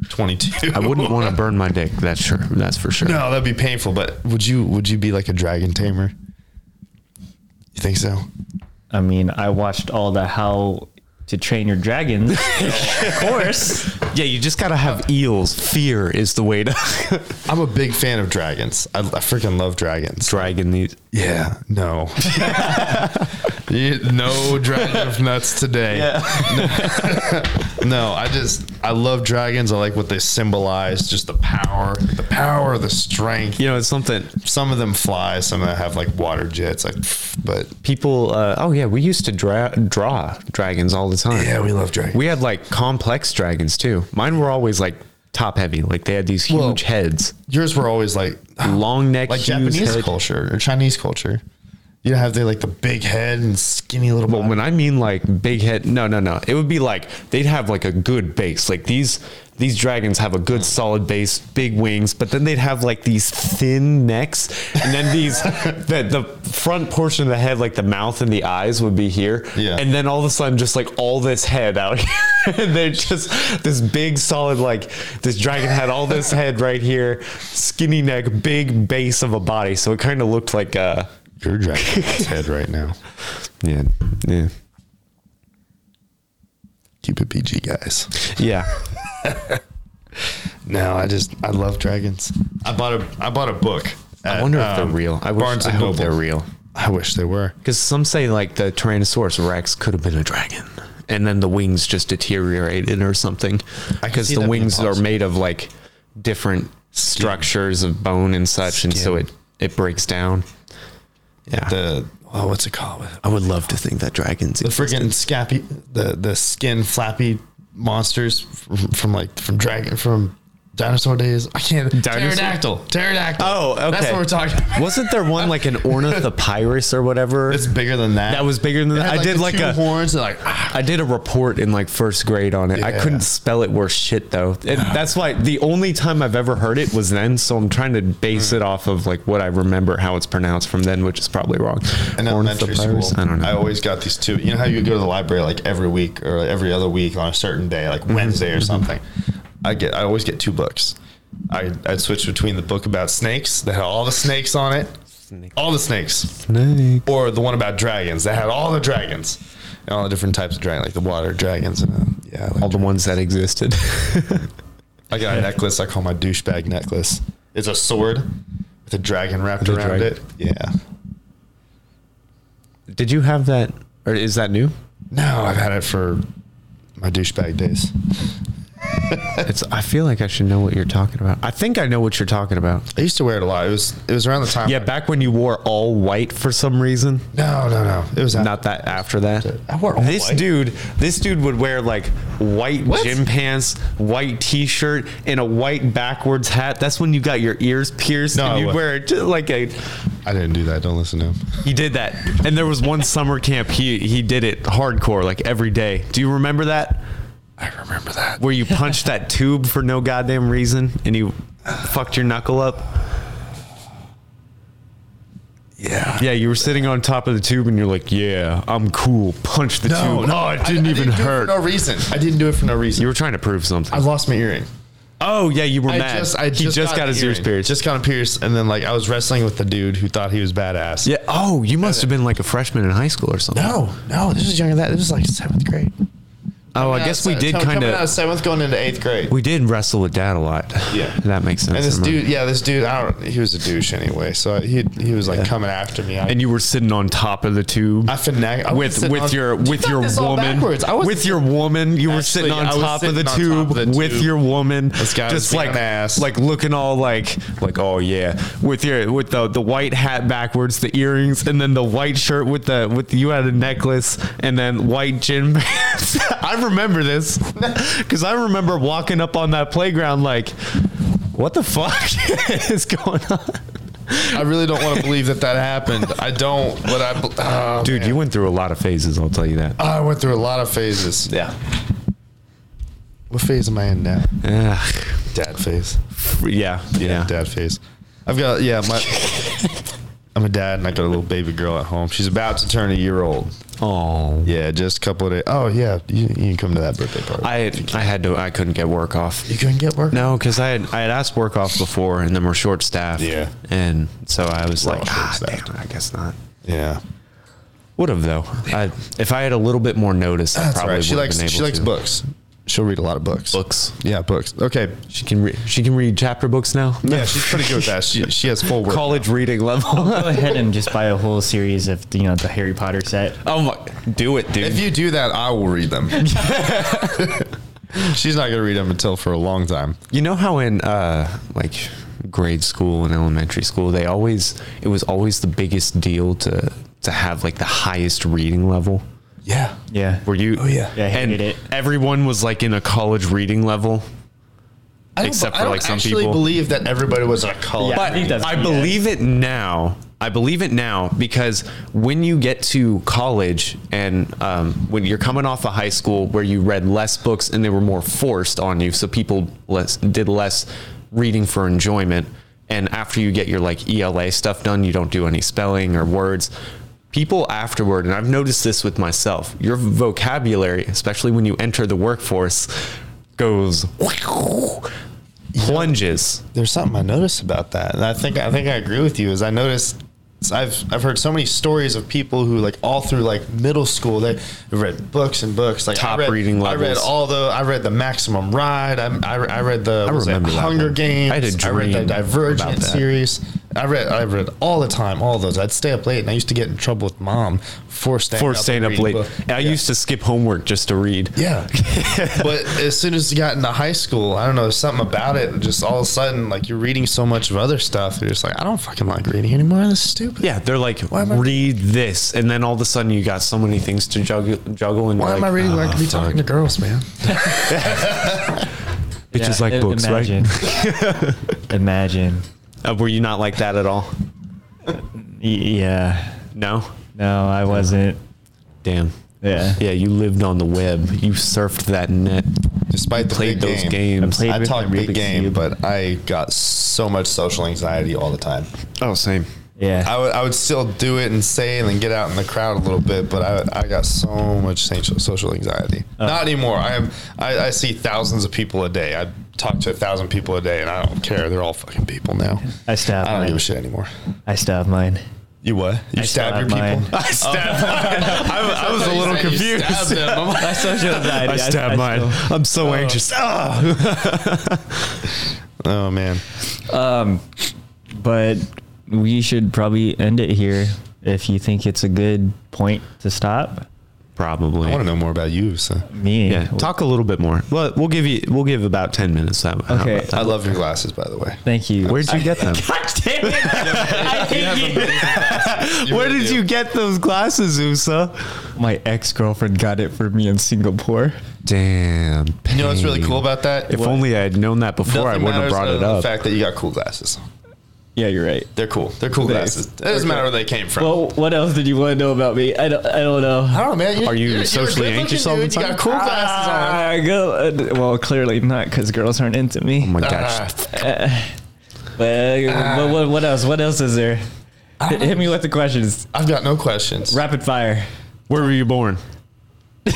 B: twenty two.
A: I wouldn't want to burn my dick. That's sure. That's for sure.
B: No, that'd be painful. But would you would you be like a dragon tamer? You think so?
D: I mean, I watched all the How to Train Your Dragons. of course.
A: Yeah, you just gotta have eels. Fear is the way to
B: I'm a big fan of dragons. I, I freaking love dragons.
A: dragon these.
B: Yeah, no. You- no dragon of nuts today. No, I just I love dragons. I like what they symbolize, just the power, the power, the strength.
A: You know, it's something
B: Some of them fly, some of them have like water jets, like but
A: people. Uh, oh yeah, we used to dra- draw dragons all the time.
B: yeah, we love dragons.
A: We had like complex dragons too. Mine were always like top heavy. Like they had these huge
B: Well-
A: heads.
B: Yours were always like
A: long neck,
B: like
A: huge
B: Japanese
A: head.
B: culture or Chinese culture. You know, have they like the big head and skinny little.
A: But
B: body?
A: when I mean like big head, no, no, no. It would be like they'd have like a good base. Like these these dragons have a good solid base, big wings, but then they'd have like these thin necks, and then these the the front portion of the head, like the mouth and the eyes, would be here.
B: Yeah.
A: And then all of a sudden, just like all this head out here, and they're just this big solid like this dragon had all this head right here, skinny neck, big base of a body. So it kind of looked like uh, a
B: Your dragon's head right now.
A: yeah yeah.
B: Keep it PG, guys.
A: Yeah,
B: No, I just I love dragons. I bought a I bought a book.
A: I
B: at,
A: wonder if
B: um,
A: they're real. I wish
B: Barnes
A: I
B: and
A: hope
B: Noble.
A: they're real.
B: I wish they were.
A: Because some say like the Tyrannosaurus Rex could have been a dragon, and then the wings just deteriorated or something.
B: I can
A: Because
B: see
A: the
B: that being
A: wings are
B: possible.
A: made of like different structures of bone and such, and so it it breaks down. Yeah,
B: The oh, what's it called?
A: I would love to think that dragons.
B: The friggin' scappy, the the skin flappy monsters from, from like from dragon from dinosaur days. I can't. Pterodactyl. Pterodactyl.
A: Oh, okay.
B: That's what we're talking. about.
A: Wasn't there one like an ornithopyrus or whatever?
B: It's bigger than that.
A: That was bigger than
B: It
A: that.
B: had,
A: I did
B: the
A: like
B: two
A: a-
B: horns. And like ah,
A: I did a report in like first grade on it. I
B: Yeah.
A: couldn't spell it worth shit though. And that's why the only time I've ever heard it was then. So I'm trying to base it off of like what I remember how it's pronounced from then, which is probably wrong.
B: in elementary
A: Ornithopyrus?
B: school.
A: I don't know.
B: always got these two. You know how you go to the library like every week or every other week on a certain day,
A: Mm-hmm.
B: like Wednesday or something. I get. I always get two books. I I'd switch between the book about snakes that had all the snakes on it, all the snakes,
A: Snake.
B: or the one about dragons that had all the dragons and all the different types of dragon, like the water dragons. And, uh, yeah, I, like
A: All the ones that existed.
B: I got a necklace. I call my douchebag necklace. It's a sword with a dragon wrapped
A: With a
B: around
A: dragon.
B: it. Yeah.
A: did you have that? Or is that new?
B: No, I've had it for my douchebag days.
A: It's. I feel like I should know what you're talking about. I think I know what you're talking about.
B: I used to wear it a lot. It was it was around the time.
A: Yeah, back when you wore all white for some reason.
B: No, no, no. It was
A: Not that after that.
B: I wore all
A: this
B: white.
A: dude, this dude would wear like white
B: What?
A: gym pants, white t-shirt, and a white backwards hat. That's when you got your ears pierced,
B: No,
A: and
B: I
A: you would
B: wasn't.
A: wear it just like a.
B: I didn't do that. Don't listen to him.
A: He did that, and there was one summer camp. He he did it hardcore, like every day. Do you remember that?
B: I remember that.
A: Where you punched that tube for no goddamn reason, and you fucked your knuckle up.
B: Yeah.
A: Yeah, you were sitting on top of the tube and you're like, "Yeah, I'm cool." Punch the tube. oh, it didn't
B: I- I
A: even
B: do it
A: hurt.
B: for no reason. I didn't do it for no reason.
A: you were trying to prove
B: I
A: something.
B: lost my earring.
A: Oh yeah, you were
B: I
A: mad.
B: just, I
A: he
B: just,
A: just got,
B: an
A: his ears
B: earring.
A: pierced.
B: Just got him pierced, and then like I was wrestling with the dude who thought he was badass.
A: yeah. Oh, you must have been like a freshman in high school or something.
B: No, no, this is younger than that. This is like seventh grade.
A: oh, I guess we
B: uh,
A: did kind
B: coming out of
A: of.
B: seventh, going into eighth grade.
A: We did wrestle with dad a lot.
B: Yeah.
A: that makes sense.
B: and this
A: Never mind.
B: dude, yeah, this dude, I don't. He was a douche anyway, so he he was like coming after me. I,
A: and you were sitting on top of the tube.
B: I finagled I was
A: with
B: sitting
A: with
B: on-
A: your
B: You
A: with
B: got
A: your
B: this all
A: woman
B: backwards. I was
A: with your woman you were sitting
B: Actually,
A: on
B: I was
A: top of
B: sitting
A: the
B: on top
A: tube
B: of the
A: with
B: tube.
A: your woman
B: This guy was
A: just
B: being
A: like
B: an ass.
A: like looking all like like oh yeah with your with the the white hat backwards the earrings and then the white shirt with the with you had a necklace and then white gym pants I remember this cuz I remember walking up on that playground like what the fuck is going on
B: I really don't want to believe that that happened. I don't, but I. bel- Oh,
A: Dude,
B: man.
A: you went through a lot of phases, I'll tell you that.
B: Ah, I went through a lot of phases. Yeah. What phase am I in now?
A: Ugh.
B: Dad phase.
A: Yeah, yeah.
B: Dad phase. I've got yeah. My, I'm a dad, and I got a little baby girl at home. She's about to turn a year old.
A: Oh,
B: Yeah, just a couple of days. Oh yeah, you, you can come to that birthday party.
A: I I had to I couldn't get work off.
B: you couldn't get work.
A: No, because I had I had asked work off before, and then we're short staffed.
B: Yeah.
A: and so I was
B: We're
A: like,
B: all
A: ah,
B: short-staffed."
A: damn, I guess not.
B: Yeah.
A: Would have though. I if I had a little bit more notice, I
B: That's
A: probably
B: right.
A: would
B: She
A: have
B: likes
A: been able
B: she likes
A: to.
B: books. She'll read a lot of books.
A: Books.
B: Yeah, books. Okay.
A: She can read. She can read chapter books now.
B: Yeah, she's pretty good with that. She she has full work.
A: College reading level.
D: Go ahead and just buy a whole series of you know the Harry Potter set.
A: oh my, do it, dude.
B: If you do that, I will read them. she's not gonna read them until for a long time.
A: You know how in uh, like grade school and elementary school, they always it was always the biggest deal to to have like the highest reading level.
B: Yeah.
D: Yeah,
A: Were you? Oh
B: yeah.
D: Yeah, I hated
A: and
D: it.
A: everyone was like in a college reading level,
B: I don't,
A: Except
B: I
A: for,
B: don't
A: like, some
B: actually
A: people.
B: believe that everybody was in a college.
D: Yeah. I
A: but
D: think that's-
A: I
D: yeah.
A: believe it now. I believe it now because when you get to college and um, when you're coming off of high school where you read less books and they were more forced on you, so people less did less reading for enjoyment. And after you get your like ELA stuff done, you don't do any spelling or words. People afterward, and I've noticed this with myself, your vocabulary, especially when you enter the workforce, goes plunges.
B: There's something I noticed about that, and I think I think I agree with you. Is I noticed I've I've heard so many stories of people who like all through like middle school they read books and books like I
A: Top
B: read-
A: reading
B: I read
A: levels.
B: all the I read the Maximum Ride. I I, I read the what was it,
A: remember that
B: Hunger
A: one.
B: Games.
A: I had a
B: read the
A: dream about
B: Divergent
A: that.
B: series. I read I read all the time all those. I'd stay up late and I used to get in trouble with mom for staying
A: for
B: up and
A: staying up
B: reading
A: late.
B: book.
A: I used to skip homework just to read.
B: Yeah. but as soon as you got into high school, I don't know, something about it, just all of a sudden, like you're reading so much of other stuff, you're just like, I don't fucking like reading anymore. This is stupid.
A: Yeah, they're like,
B: am I-
A: read this, and then all of a sudden you got so many things to juggle, juggle and
B: Why
A: you're
B: am I
A: like,
B: reading like to be talking to girls, man?
A: bitches like books,
D: imagine. imagine.
A: right? Uh, were you not like that at all?
D: Y- Yeah.
A: No.
D: No, I wasn't.
A: Damn.
D: Yeah.
A: Yeah, you lived on the web. You surfed that net.
B: Despite the
A: Played
B: big
A: those
B: game,
A: games.
D: I played
B: I
D: with
B: talk
D: my
B: big
D: Rubik's
B: game,
D: Cube.
B: but I got so much social anxiety all the time.
A: oh, same.
D: Yeah.
B: I would, I would still do it and say it and then get out in the crowd a little bit, but I, I got so much social social anxiety. Not anymore. I am I, I see thousands of people a day. I talk to a thousand people a day, and I don't care. They're all fucking people now.
D: I stabbed
B: I don't
A: Uh-huh.
D: mine.
B: give a shit anymore.
D: I stabbed mine.
B: You what? You
D: I
B: stab your
D: mine.
B: people?
A: I stabbed. I, I was a little confused.
D: I social anxiety.
A: I stabbed mine. I'm so anxious. Ah.
B: Oh man.
D: Um, but we should probably end it here if you think it's a good point to stop.
A: Probably.
B: I want to know more about you. So.
D: Me.
A: yeah, talk a little bit more. Well, we'll give you. We'll give about ten minutes. That how
D: Okay.
A: about that?
B: I love your glasses, by the way.
D: Thank you.
A: Where'd you get them? Where
B: really
A: did
B: do.
A: you get those glasses, Usa?
D: my ex girlfriend got it for me in Singapore.
A: Damn.
B: You know what's really cool about that?
A: If only I had known that before, I
B: Nothing
A: wouldn't have
B: matters
A: brought
B: other
A: it
B: than
A: up.
B: The fact that you got cool glasses.
D: Yeah, you're right.
B: They're cool. They're cool
D: Thanks.
B: glasses. It doesn't matter where they came from.
D: Well, what else did you want to know about me? I don't. I don't know.
B: I don't know, man.
A: Are you socially
B: good-looking
A: anxious all the
B: dude. You
A: time? Ah.
B: got cool glasses on.
D: Uh, I go, uh, well, clearly not because girls aren't into me.
A: oh my gosh.
D: Uh, But, uh, what, what, what else? What else is there?
E: Hit hit me with the questions.
B: I've got no questions.
E: Rapid fire.
A: Where were you born?
E: Wait,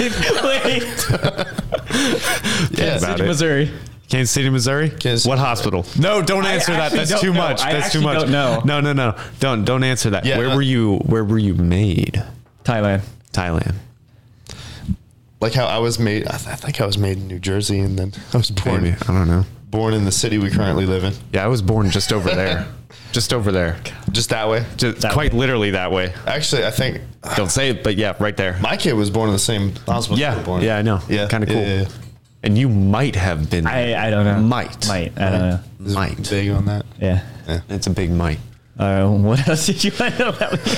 E: wait.
B: Yeah.
A: about it.
E: Missouri.
A: Kansas City, Missouri.
B: Kansas
A: what
B: City.
A: hospital? No, don't answer that.
E: actually
A: That's
E: don't
A: too
E: know.
A: much.
E: I
A: That's too
E: actually
A: much.
E: don't know.
A: No, no, no. Don't don't answer that.
B: Yeah,
A: where
B: uh,
A: were you? Where were you made?
E: Thailand.
A: Thailand.
B: Like how I was made. I, th- I think I was made in New Jersey, and then I was born
A: Maybe I don't know.
B: born in the city we currently live in.
A: Yeah, I was born just over there. just over there.
B: Just that way.
A: Just quite literally that way.
B: Actually, I think
A: Don't say it, but yeah, right there.
B: my kid was born in the same hospital. you
A: Yeah,
B: were born.
A: yeah, I know.
B: Yeah,
A: Kinda cool.
B: yeah, yeah.
A: And you might have been.
D: I, I don't know.
A: Might.
D: Might. I don't know.
A: Might.
B: Big on that.
D: Yeah.
A: It's a big might.
D: Uh, what else did you find out about me?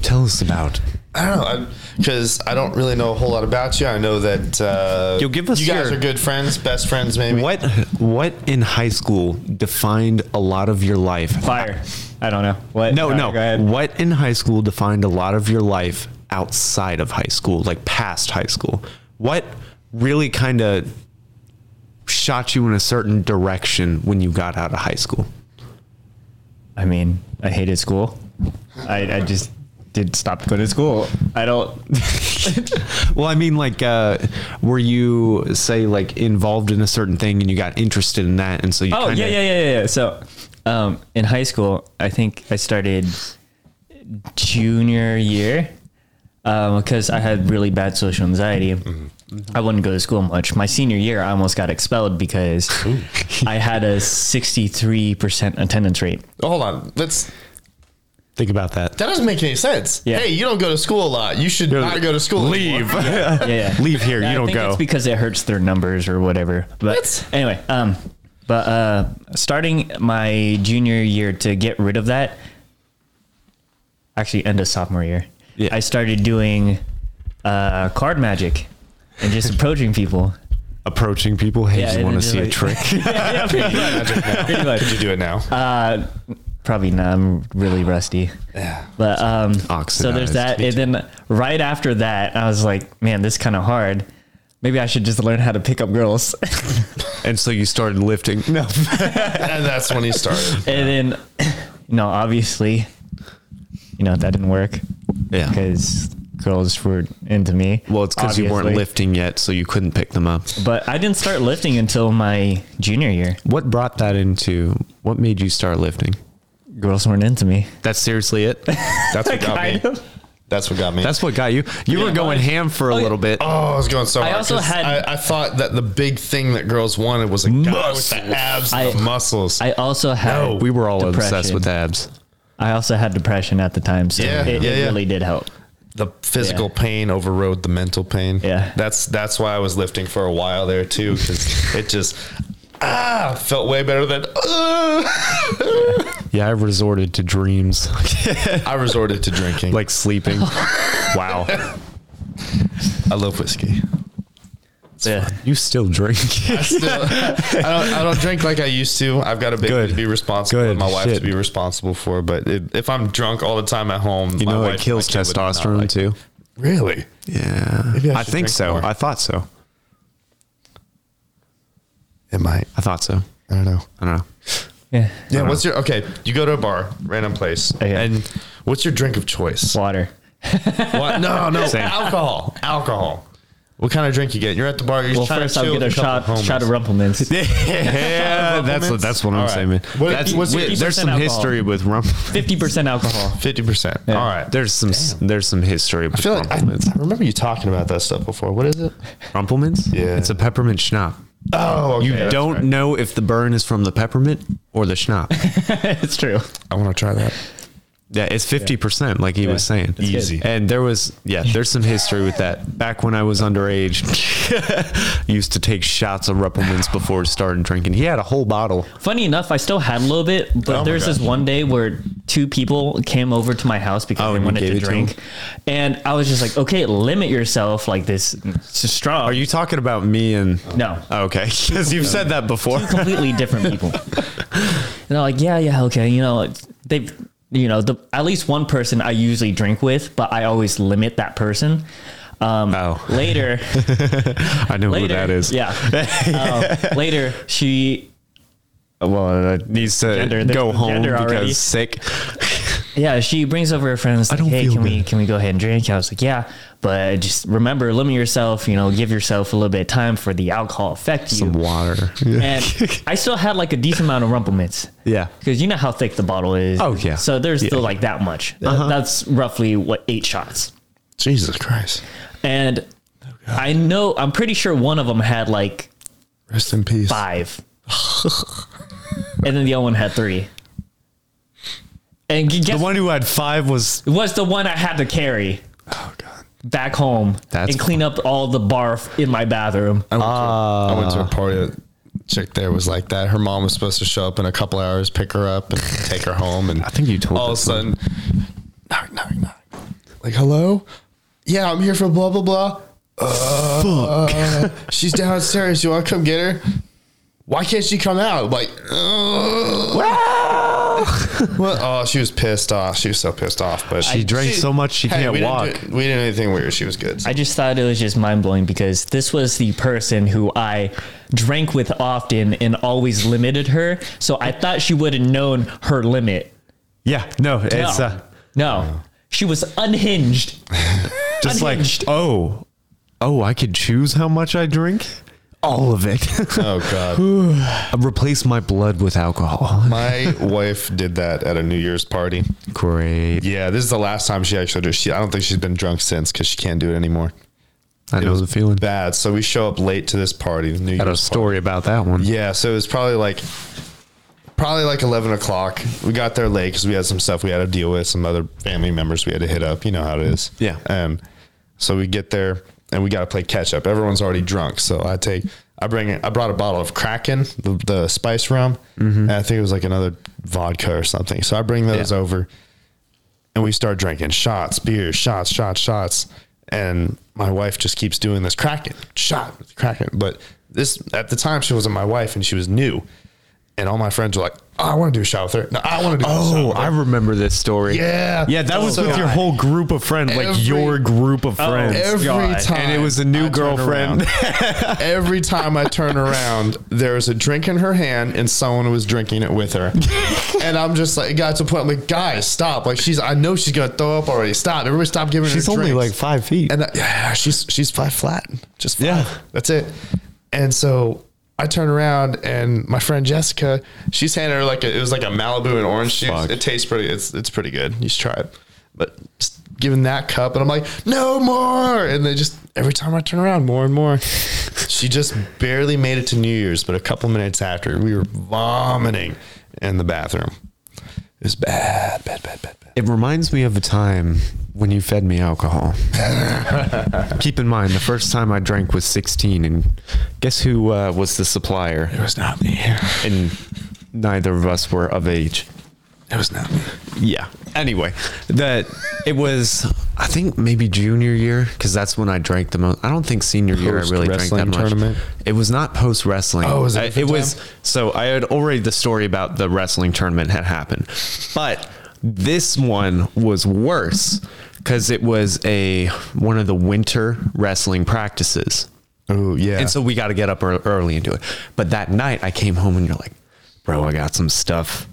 A: Tell us about.
B: I don't know because I don't really know a whole lot about you. I know that uh,
A: Yo, give us
B: you guys
A: your-
B: are good friends, best friends, maybe.
A: What what in high school defined a lot of your life?
D: Fire. I don't know. What?
A: No,
D: Fire,
A: no.
D: Go ahead.
A: What in high school defined a lot of your life outside of high school, like past high school? What really kind of shot you in a certain direction when you got out of high school?
D: I mean, I hated school. I, I just did stop going to school. I don't.
A: Well, I mean, like, uh, were you say like involved in a certain thing and you got interested in that, and so you?
D: Oh
A: kinda,
D: yeah, yeah, yeah, yeah, yeah. So, um, in high school, I think I started junior year because I had really bad social anxiety. I wouldn't go to school much. My senior year, I almost got expelled because I had a sixty-three percent attendance rate.
B: Hold on. That's
A: Think about that.
B: that doesn't make any sense.
D: Yeah.
B: Hey, you don't go to school a lot. You should not go to school. Leave.
D: Yeah, yeah.
A: Leave here.
D: I
A: you don't
D: think
A: go.
D: It's because it hurts their numbers or whatever. But anyway, um, but uh, starting my junior year to get rid of that, actually end of sophomore year,
A: Yeah.
D: I started doing uh, card magic and just approaching people.
A: Approaching people. Hey,
D: Yeah,
A: you
D: and
A: want to
D: then
A: see a
D: like-
A: trick?
D: yeah, pretty much. Pretty much.
B: Could you do it now?
D: Uh, probably not. I'm really rusty.
B: yeah.
D: But um, so there's
A: Oxidized.
D: that, and then right after that, I was like, man, this kind of hard. Maybe I should just learn how to pick up girls.
A: and so you started lifting. No.
B: And that's when he started.
D: And then, you know, obviously, you know, that didn't work
A: Yeah.
D: because girls were into me.
A: Well, it's because you weren't
D: obviously.
A: lifting yet, so you couldn't pick them up.
D: But I didn't start lifting until my junior year.
A: What brought that into? What made you start lifting?
D: Girls weren't into me.
A: That's seriously it.
B: That's what got me.
D: Kind of.
B: That's what got me.
A: That's what got you. You were going ham for a little bit.
B: oh, I was going so.
D: I
B: hard
D: also
B: 'cause
D: had-
B: I, I thought that the big thing that girls wanted was a guy with the abs, and
D: I-
B: the muscles.
D: I also had.
A: we were all obsessed
D: depression.
A: with abs.
D: I also had depression at the time, so
B: Yeah,
D: it,
B: yeah,
D: it
B: yeah.
D: really did help.
B: the physical pain overrode the mental pain.
D: Yeah.
B: That's that's why I was lifting for a while there too, because it just ah felt way better than ah.
A: Yeah, I resorted to dreams,
B: I resorted to drinking.
A: like sleeping. wow,
B: I love whiskey.
D: Yeah.
A: you still drink?
B: Still, I don't I don't drink like I used to. I've got a baby
A: Good.
B: to be responsible
A: Good
B: and my wife to
A: shit.
B: be responsible for, but it, if I'm drunk all the time at home,
A: You
B: my
A: know,
B: wife
A: it
B: and
A: kills
B: my kid would not
A: testosterone
B: like-
A: too.
B: Really?
A: Yeah,
B: Maybe I
A: I,
B: should
A: think
B: drink
A: so.
B: more.
A: I thought so.
B: It might.
A: I thought so.
B: I don't know.
A: I don't know.
D: Yeah.
B: Yeah, what's your okay, you go to a bar, random place.
D: Okay.
B: And what's your drink of choice?
D: Water.
B: What? No, no.
A: Same.
B: Alcohol. Alcohol. What kind of drink you get? You're at the bar. You're
D: Well,
B: trying
D: first
B: to
D: I'll
B: chill
D: get a
B: with
D: shot,
B: couple
D: shot of
B: homies.
D: Rumplemans.
A: Yeah, that's what, that's what I'm
B: All right.
A: saying. Man.
B: What-
A: That's-
B: what's
A: wait,
B: your-
A: there's some
D: 50%
A: history with rum.
D: Fifty percent alcohol.
B: 50%. All right.
A: There's some there's some history with
B: I feel like I,
A: Rumplemans.
B: I remember you talking about that stuff before. What is it?
A: Rumplemans?
B: Yeah.
A: it's a peppermint schnapp.
B: Oh, okay.
A: You don't know if the burn is from the peppermint or the schnapp.
D: it's true.
B: I want to try that.
A: Yeah, it's fifty percent, like he was saying.
D: good. Easy.
A: And there was yeah, there's some history with that. Back when I was underage, used to take shots of Ruppelmans before starting drinking. He had a whole bottle.
D: Funny enough, I still had a little bit,
A: Oh
D: but
B: my
D: there's this
B: gosh.
D: one day where two people came over to my house because
A: Oh, and
D: they
A: you
D: wanted
A: gave
D: to
A: it to
D: drink,
A: them?
D: and I was just like, okay, limit yourself like this s- straw.
A: Are you talking about me and? Oh,
D: no
A: Okay, because you've said that before.
D: completely different people? and they're like, yeah, yeah, okay, you know, it's- they've. You know, the at least one person I usually drink with, but I always limit that person. Um,
A: Oh.
D: Later,
A: I know
D: later,
A: who that is.
D: Yeah. Um, later, she
A: well, it needs to
E: Gender, there's
A: go
E: the
A: home
E: gender
A: because
E: already.
A: sick.
D: Yeah, she brings over her friends. Like,
A: don't
D: hey,
A: feel
D: can we
A: good."
D: can we go ahead and drink? I was like, yeah, but just remember, limit yourself. You know, give yourself a little bit of time for the alcohol affect you.
A: Some water.
D: and I still had like a decent amount of rumplements.
A: Yeah.
D: because you know how thick the bottle is.
A: Oh, yeah.
D: So there's
A: Yeah. Uh-huh.
D: still like that much. That's roughly what eight shots.
B: Jesus Christ.
D: And I know I'm pretty sure one of them had like
B: Rest in peace.
D: five, and then the other one had three. And gu- guess
A: The one who had five was
D: was the one I had to carry
B: Oh God.
D: back home
A: That's
D: and clean up all the barf in my bathroom.
B: I went, to, I went to
D: Ah.
B: a party. That chick there was like that. Her mom was supposed to show up in a couple hours, pick her up, and take her home. And I
A: think you told
B: All of a
A: this one.
B: sudden, knock, knock, knock. Like, hello? Yeah, I'm here for blah blah blah. Uh, she's downstairs. You want to come get her? Why can't she come out? Like, uh, "Ugh."
E: Ah!
B: Well, oh, she was pissed off. She was so pissed off. But
A: she drank so much she
B: Hey,
A: can't
B: we didn't
A: walk.
B: do- we didn't do anything weird. She was good.
D: I just thought it was just mind blowing because this was the person who I drank with often and always limited her. So I thought she would have known her limit.
A: yeah, no,
D: No.
A: it's uh,
D: no. She was unhinged.
A: just like
D: Unhinged.
A: oh, oh, I could choose how much I drink. All of it.
B: oh God,
A: Replace my blood with alcohol.
B: my wife did that at a New Year's party.
A: Great.
B: Yeah, this is the last time she actually did. She, I don't think she's been drunk since because she can't do it anymore.
A: I know the feeling.
B: Bad. So we show up late to this party, New
A: Got a
B: Year's
A: story about that one.
B: Yeah, so it was probably like probably like 11 o'clock. We got there late because we had some stuff we had to deal with, some other family members we had to hit up. You know how it is.
A: Yeah.
B: And so we get there and we got to play catch up. Everyone's already drunk. So I take, I bring, I brought a bottle of Kraken, the, the spice rum, and I think it was like another vodka or something. So I bring those
A: Mm-hmm. Yeah.
B: over and we start drinking shots, beers, shots, shots, shots. And my wife just keeps doing this cracking shot, cracking. But this at the time she wasn't my wife and she was new, and all my friends were like, oh, "I want to do a shot with her. No, I want to do." a shot
A: Oh,
B: with her."
A: I remember this story.
B: Yeah.
A: Yeah, that
B: Oh,
A: was
B: so
A: with your
B: I-
A: whole group of friends, like
B: Every-
A: your group of friends.
B: every
D: God.
B: time,
A: and it was a new
B: I turn
A: girlfriend.
B: around- every time I turn around, there was a drink in her hand, and someone was drinking it with her. and I'm just like, it got to a point, I'm like, guys, stop! Like she's, I know she's gonna throw up already. Stop! Everybody, stop giving her.
A: She's only
B: drinks.
A: like five feet.
B: And I, yeah, she's she's five flat. Just five.
A: Yeah.
B: That's it. And so I turn around and my friend Jessica, she's handing her like a, it was like a Malibu and orange juice.
A: Fuck.
B: It tastes pretty. It's it's pretty good. You should try it. But just giving that cup, and I'm like, no more. And they just every time I turn around, more and more. she just barely made it to New Year's, but a couple minutes after, we were vomiting in the bathroom. It was bad, bad, bad, bad, bad.
A: It reminds me of a time when you fed me alcohol. Keep in mind, the first time I drank was 16, and guess who uh, was the supplier?
B: It was not me.
A: And neither of us were of age.
B: It was not me.
A: Yeah. Anyway, that it was, I think maybe junior year, because that's when I drank the most. I don't think senior year I really drank that
B: Post-wrestling
A: much.
B: tournament?
A: It was not post wrestling.
B: Oh, was it
A: I-
B: a
A: it
B: different
A: was. So I had already the story about the wrestling tournament had happened, but this one was worse because it was a one of the winter wrestling practices.
B: Oh yeah.
A: And so we got to get up ear- early and do it. But that night I came home and you're like, bro, I got some stuff.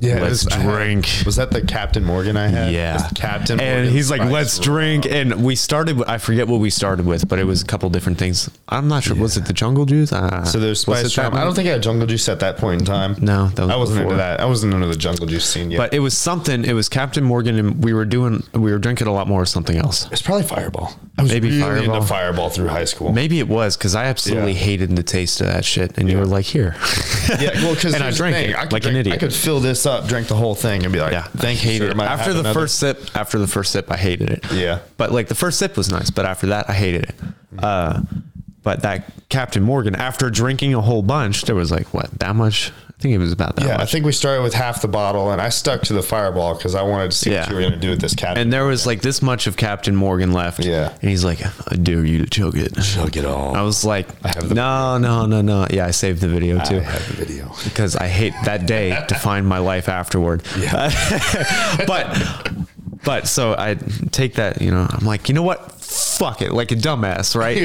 B: Yeah,
A: let's
B: it was- I had-
A: drink.
B: was that the Captain Morgan I had? It
A: Yeah,
B: was Captain.
A: And
B: Morgan
A: he's like,
B: Spice
A: "Let's
B: Rum."
A: drink." And we started. I forget what we started with, but it was a couple different things. I'm not sure. Was it the jungle juice? Uh,
B: So there's
A: was it
B: spice
A: that
B: rum. I
A: one?
B: don't think I had jungle juice at that point in time.
A: No, that was
B: I wasn't
A: before.
B: into that. I wasn't into the jungle juice scene yet.
A: But it was something. It was Captain Morgan, and we were doing. We were drinking a lot more of something else.
B: it's probably Fireball. I was
A: Maybe
B: really
A: Fireball.
B: into Fireball through high school.
A: Maybe it was because I absolutely
B: Yeah.
A: hated the taste of that shit, and you
B: Yeah.
A: were like, "Here."
B: Yeah, well, because
A: And I drank it
B: I could
A: like an
B: drink-
A: idiot.
B: I could fill this up, drink the whole thing, and be like,
A: Yeah,
B: thank
A: I
B: you.
A: hated
B: sir.
A: it.
B: Might
A: After
B: have
A: the
B: another."
A: first sip, after the first sip, I hated it.
B: Yeah. Mm-hmm.
A: but like the first sip was nice, but after that, I hated it. Uh, but that Captain Morgan, after drinking a whole bunch, there was like what that much? I think it was about that.
B: Yeah, I
A: much.
B: think we started with half the bottle, and I stuck to the Fireball because I wanted to see
A: Yeah.
B: what you were going to do with this Captain.
A: And there was like this much of Captain Morgan left.
B: Yeah.
A: And he's like, I dare you to chug it.
B: Chug it all.
A: I was like,
B: have the
A: no, no, no, no. Yeah, I saved the video too.
B: the video.
A: because I hate that day defined my life afterward. but but so I take that, you know, I'm like, you know what? Fuck it, like a dumbass, right?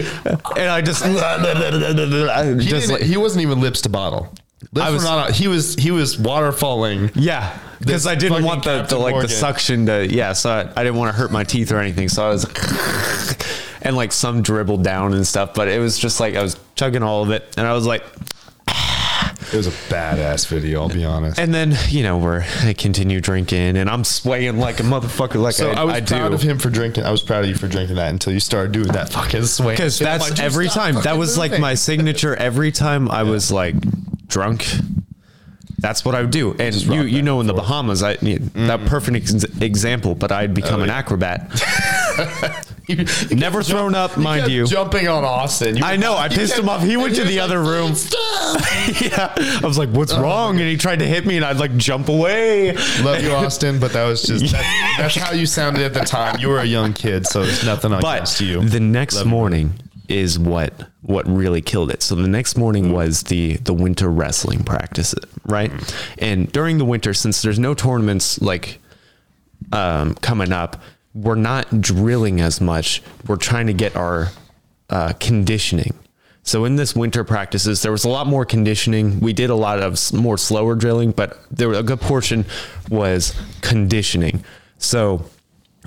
A: And I just, I
B: He,
A: just
B: didn't-
A: like,
B: he wasn't even lips to bottle. I was not. He was he was waterfalling.
A: Yeah, because I didn't
B: fucking
A: want the, the
B: Captain
A: like
B: Morgan.
A: the suction to yeah. So I, I didn't want to hurt my teeth or anything. So I was and like some dribbled down and stuff. But it was just like I was chugging all of it, and I was like,
B: It was a badass video. I'll be honest.
A: and then you know we're I continue drinking, and I'm swaying like a motherfucker, like
B: so I,
A: I,
B: was
A: I
B: proud
A: do.
B: of him for drinking. I was proud of you for drinking that until you started doing that fucking swing.
A: Because
B: shit. I'm
A: that's
B: like, dude,
A: every
B: stop
A: time. That
B: fucking
A: was like
B: moving.
A: my signature every time I was like drunk. That's what I would do. And you,
B: rock
A: you
B: back Mm.
A: know, in the Bahamas, I that perfect ex- example, but I'd
B: Oh,
A: become an acrobat. Never thrown up, mind
B: kept
A: you.
B: Jumping on Austin. You-
A: I know. I
B: you
A: pissed
B: kept-
A: him off. He
B: and
A: went to
B: you're
A: the
B: like,
A: other room.
B: "Stop."
A: yeah. I was like,
B: Oh.
A: what's wrong? And he tried to hit me, and I'd like jump away.
B: Love you, Austin, but that was just that, that's how you sounded at the time. You were a young kid, so there's nothing
A: But
B: against you.
A: the next morning is what what really killed it. So the next morning was the the winter wrestling practice, right? And during the winter, since there's no tournaments like um, coming up, we're not drilling as much. We're trying to get our uh, conditioning. So in this winter practices, there was a lot more conditioning. We did a lot of s- more slower drilling, but there a good portion was conditioning. So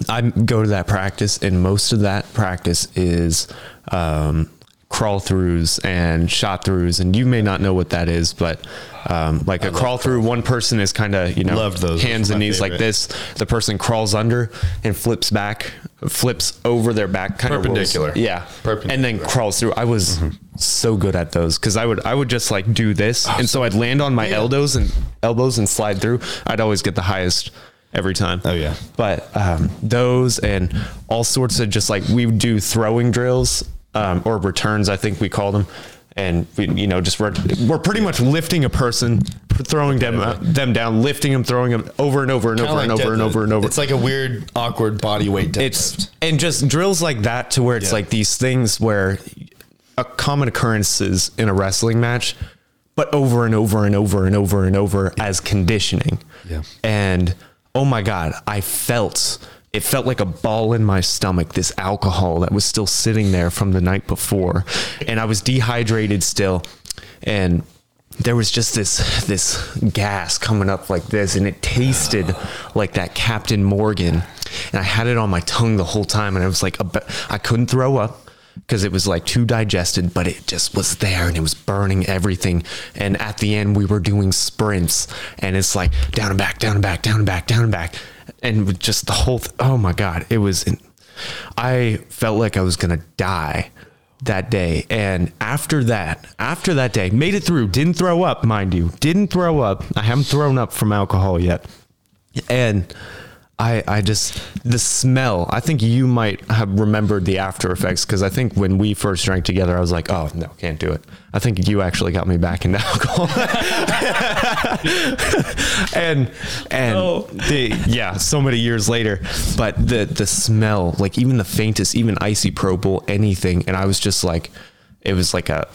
A: I go to that practice, and most of that practice is um, crawl throughs and shot throughs. And you may not know what that is, but um, like a crawl through, one person is kind of you know
B: Loved those. Those
A: hands
B: were
A: and
B: my
A: knees like
B: favorite.
A: this. The person crawls under and flips back, flips over their back, kind
B: Perpendicular.
A: of yeah, and then
B: Perpendicular. Mm-hmm.
A: crawls through. I was so good at those because I would I would just like do this,
B: Oh,
A: and so I'd land on my elbows and elbows and slide through. I'd always get the highest every time.
B: Oh, yeah.
A: but um, those and all sorts of just like we would do throwing drills um, or returns, I think we call them. And we, you know, just we're, we're pretty much lifting a person, throwing them uh, them down, lifting them, throwing them over and over and over and over and over and over.
B: It's like a weird, awkward body weight.
A: It's and just drills like that to where it's
B: Yeah.
A: like these things where a common occurrence is in a wrestling match, but over and over and over and over and over as conditioning.
B: Yeah.
A: And oh my God, I felt it felt like a ball in my stomach, this alcohol that was still sitting there from the night before. And I was dehydrated still. And there was just this this gas coming up like this and it tasted like that Captain Morgan and I had it on my tongue the whole time and I was like ab- I couldn't throw up because it was like too digested but it just was there and it was burning everything and at the end we were doing sprints and it's like down and back down and back down and back down and back and just the whole th- oh my god it was I felt like I was going to die that day. And after that, after that day, made it through, didn't throw up, mind you, didn't throw up. I haven't thrown up from alcohol yet. And I, I just, the smell, I think you might have remembered the after effects because I think when we first drank together, I was like, oh, no, can't do it. I think you actually got me back into alcohol. and, and, the, yeah, so many years later, but the, the smell, like even the faintest, even icy Pro Bowl, anything. And I was just like, it was like a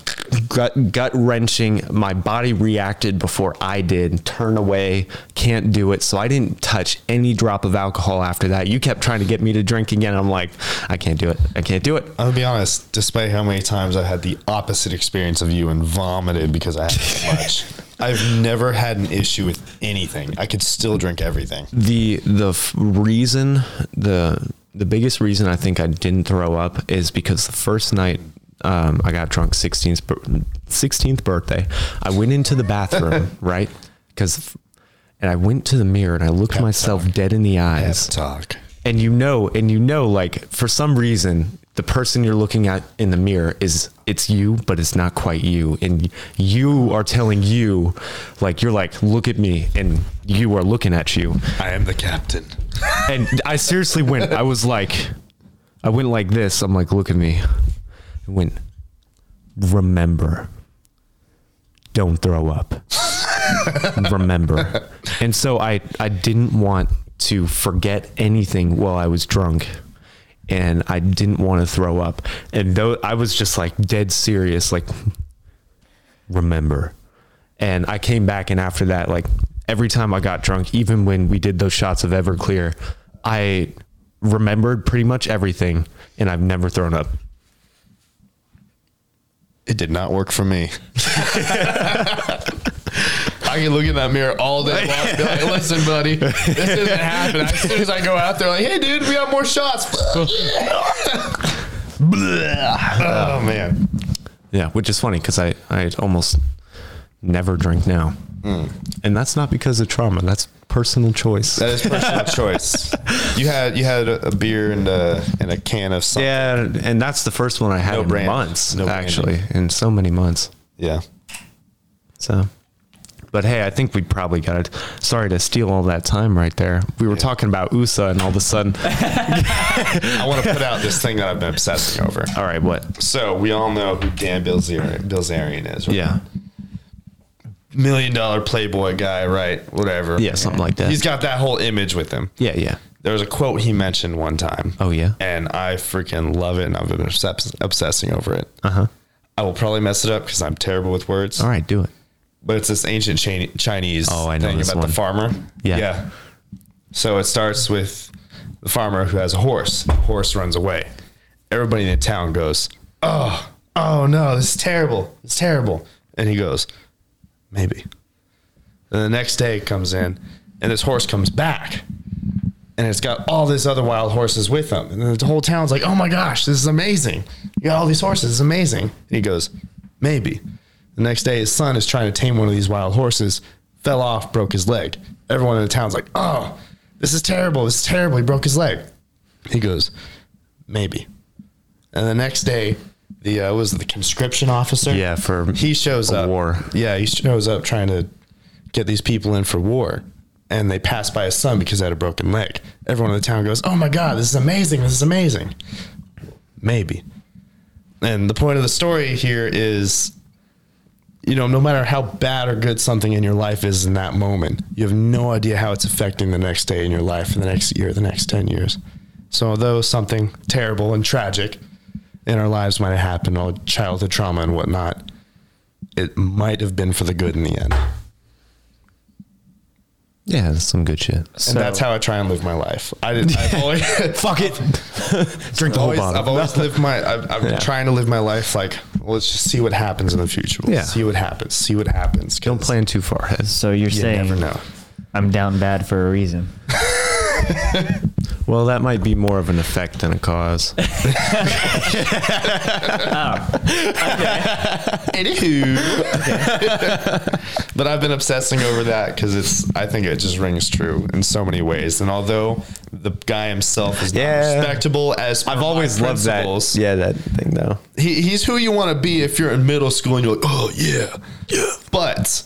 A: gut gut wrenching. My body reacted before I did. Turn away, can't do it. So I didn't touch any drop of alcohol after that. You kept trying to get me to drink again. I'm like, I can't do it. I can't do it.
B: I'll be honest. Despite how many times I've had the opposite experience of you and vomited because I had too much, I've never had an issue with anything. I could still drink everything.
A: the the f- reason the the biggest reason I think I didn't throw up is because the first night um, I got drunk 16th bir- 16th birthday I went into the bathroom right because and I went to the mirror and I looked myself dead in the eyes
B: talk.
A: and you know and you know like for some reason the person you're looking at in the mirror is it's you but it's not quite you and you are telling you like you're like look at me and you are looking at you
B: I am the captain.
A: and I seriously went. I was like, I went like this. I'm like, look at me. I went. Remember, don't throw up. remember, and so I I didn't want to forget anything while I was drunk. And I didn't want to throw up. And though I was just like dead serious, like remember. And I came back, and after that, like every time I got drunk, even when we did those shots of Everclear, I remembered pretty much everything, and I've never thrown up.
B: It did not work for me. I can look in that mirror all day long. and Be like, listen, buddy, this isn't happening. As soon as I go out there, like, hey, dude, we got more shots. oh man,
A: Yeah, which is funny because I, I almost never drink now. And that's not because of trauma. That's personal choice.
B: Mm. that is personal choice. You had you had a beer and a and a can of something.
A: yeah, and that's the first one I had
B: No
A: in
B: brand.
A: months,
B: No brand.
A: actually, in so many months.
B: Yeah.
A: So, but hey, I think we probably got it. Sorry to steal all that time right there. We were talking about USA, and all of a sudden,
B: I want to put out this thing that I've been obsessing over.
A: all right, what?
B: So we all know who Dan Bilzerian, Bilzerian is. Right?
A: Yeah,
B: million dollar Playboy guy, right? Whatever.
A: yeah, something like that.
B: He's got that whole image with him.
A: yeah, yeah.
B: There was a quote he mentioned one time.
A: Oh yeah.
B: And I freaking love it. And I've been obsess- obsessing over it. Uh huh. I will probably mess it up because I'm terrible with words.
A: Uh-huh. All right, do it.
B: But it's this ancient Chin- Chinese
A: Oh, I know
B: thing
A: this
B: about
A: one.
B: the farmer.
A: Yeah.
B: Yeah. So it starts with the farmer who has a horse. The horse runs away. Everybody in the town goes, Oh, oh no, this is terrible. It's terrible. And he goes, Maybe. And the next day it comes in, and this horse comes back. And it's got all these other wild horses with him. And the whole town's like, oh my gosh, this is amazing. You got all these horses, it's amazing. And he goes, maybe. The next day, his son is trying to tame one of these wild horses, fell off, broke his leg. Everyone in the town's like, oh, this is terrible. This is terrible. He broke his leg. He goes, maybe. And the next day, the uh, was it the conscription officer.
A: Yeah, for
B: he shows
A: a
B: up
A: war.
B: Yeah, he shows up trying to get these people in for war, and they pass by his son because he had a broken leg. Everyone in the town goes, "Oh my god, this is amazing! This is amazing!" Maybe. And the point of the story here is, you know, no matter how bad or good something in your life is in that moment, you have no idea how it's affecting the next day in your life, and the next year, the next ten years. So, although something terrible and tragic in our lives might have happened, all childhood trauma and whatnot, it might have been for the good in the end.
A: Yeah, that's some good shit.
B: and that's how I try and live my life. I didn't. I've always,
A: Fuck it. Drink the whole
B: always,
A: bottle.
B: I've always lived my. I've, I'm
A: Yeah.
B: trying to live my life like well, let's just see what happens in the future. We'll
A: Yeah.
B: See what happens. See what happens.
A: Don't plan too far ahead.
D: So you're
B: You
D: saying
B: never know.
D: I'm down bad for a reason.
A: Well, that might be more of an effect than a cause.
B: but I've been obsessing over that because it's. I think it just rings true in so many ways. And although the guy himself is not
A: Yeah.
B: respectable as I've
A: Always loved that. Yeah, that thing though.
B: he, he's who you want to be if you're in middle school and you're like, oh yeah, yeah. But,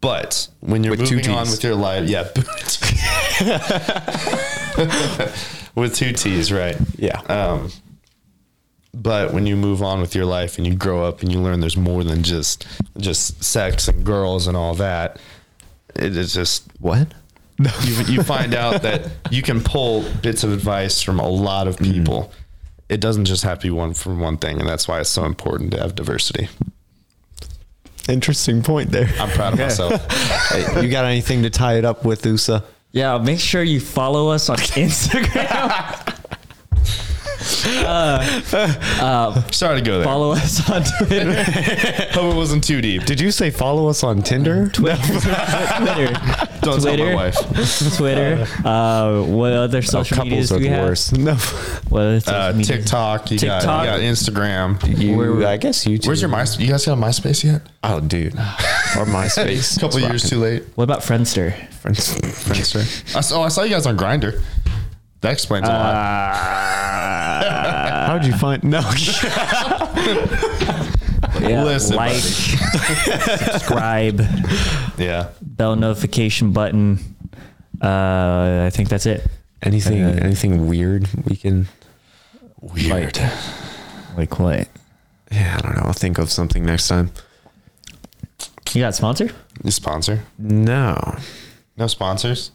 B: but when you're
A: two
B: moving on
A: Ts.
B: with your life, yeah, with two T's, right?
A: Yeah.
B: Um, but when you move on with your life and you grow up and you learn there's more than just just sex and girls and all that, it is just
A: What?
B: you, you find out that you can pull bits of advice from a lot of people. It doesn't just have to be one from one thing, and that's why it's so important to have diversity.
A: Interesting point there.
B: I'm proud of myself.
A: Hey, you got anything to tie it up with, USA?
E: Yeah, make sure you follow us on Instagram.
B: Sorry to go there.
E: follow us on Twitter.
B: Hope it wasn't too deep.
A: Did you say follow us on Tinder?
E: Twitter.
B: Don't tell my
E: Twitter.
B: wife.
E: Twitter. Uh, what other social medias
A: Couples
E: do
A: are
E: we
A: the
E: have?
A: worst. No.
E: What other social
B: Uh,
E: medias?
B: TikTok, you got,
E: TikTok.
B: you got Instagram.
A: You, I guess you.
B: Where's your MySpace? You guys got a MySpace yet?
A: Oh, dude. Or MySpace.
B: A couple years too late.
E: What about Friendster?
A: Friendster.
B: I saw, oh, I saw you guys on Grinder. That explains a lot.
A: Uh, How'd you find? No.
E: Yeah,
B: Listen,
E: like, subscribe,
B: Yeah.
E: bell notification button. Uh, I think that's it.
A: anything? anything weird we can?
B: Weird.
E: Like what?
A: Yeah, I don't know. I'll think of something next time.
E: You got sponsored?
B: You sponsor?
A: No.
B: No sponsors?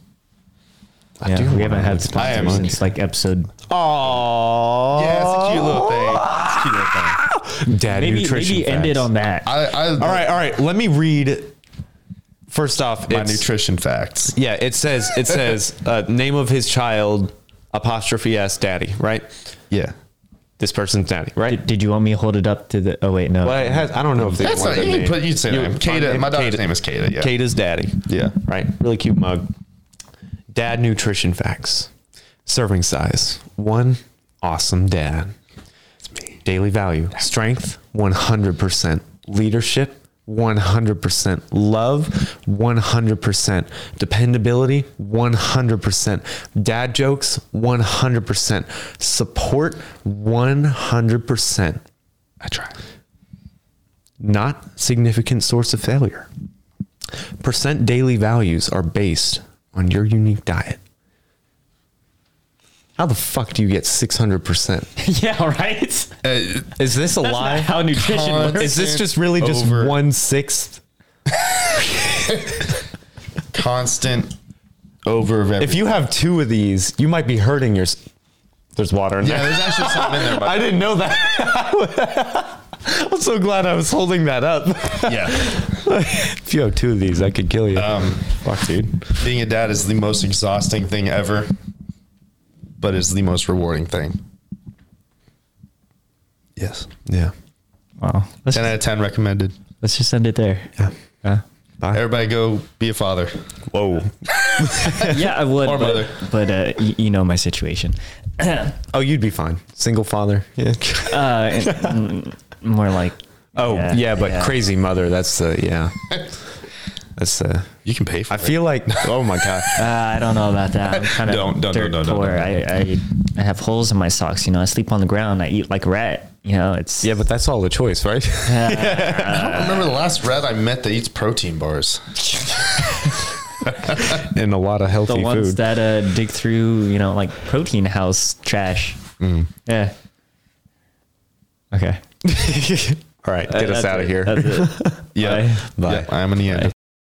E: yeah,
A: do
E: we
A: wanna
E: haven't had
B: I am
E: sponsors since like episode.
A: Aww.
B: Yeah, it's a cute little thing. It's a cute little thing.
A: Dad
E: Maybe
A: nutrition.
E: maybe ended
A: facts.
E: on that.
B: I, I,
A: All right, all right. Let me read. First off,
B: My
A: it's-
B: nutrition facts.
A: Yeah, it says it says uh, name of his child apostrophe s daddy, right?
B: Yeah.
A: this person's daddy, right?
D: Did, did you want me to hold it up to the? Oh wait, no.
A: Well, it has, I don't know if they
B: That's
A: want
B: not, you
A: their
B: can
A: name.
B: put, you'd say
A: You-
B: name. Kata, my daughter's name is Kata, yeah.
A: Kata's daddy.
B: Yeah.
A: Right. Really cute mug. Dad nutrition facts. Serving size. One awesome dad. Daily value. Strength 100%. Leadership 100%. Love 100%. Dependability 100%. Dad jokes 100%. Support 100%. I try. Not significant source of failure percent daily values are based on your unique diet. How the fuck do you get 600%?
E: yeah, right.
B: Uh,
A: Is this a
E: That's not
A: lie?
E: how nutrition works.
A: Is this just really just
B: Over.
A: one sixth?
B: Constant over of
A: If you have two of these, you might be hurting your. s- There's water in
B: yeah,
A: there.
B: there's actually something in there.
A: I
B: But
A: didn't know that. I'm so glad I was holding that up.
B: yeah,
A: if you have two of these, that could kill you.
B: Um,
A: fuck, dude.
B: being a dad is the most exhausting thing ever, but is the most rewarding thing. Yes,
A: Yeah.
D: wow. Let's,
B: ten out of ten recommended.
D: let's just end it there.
A: Yeah.
D: Uh,
B: Everybody, go be a father.
A: Whoa.
D: yeah, I would.
B: Or
D: but
B: mother.
D: but uh, y- you know my situation.
A: Oh, you'd be fine. Single father. Yeah.
D: Uh, mm, more like.
A: Oh yeah, but
D: yeah.
A: crazy mother. That's the yeah. That's the.
B: You can pay for
A: I feel like oh my god.
D: Uh, I don't know about that. I'm kind of
B: Don't- don't-
D: dirt
B: don't- don't-
D: poor.
B: don't.
D: I, I I have holes in my socks. You know, I sleep on the ground. I eat like a rat. You know, it's uh,
A: Yeah, but that's all the choice, right?
B: I don't remember the last rat I met that eats protein bars.
A: and a lot of
D: the
A: healthy
D: ones
A: food.
D: that uh, dig through. You know, like protein house trash.
B: Mm.
D: Yeah. Okay.
A: all right, get us
D: That's
A: out of
D: it.
A: here.
D: Uh, That's it.
B: Yeah,
D: Bye.
A: Bye.
B: yeah. I'm in the end.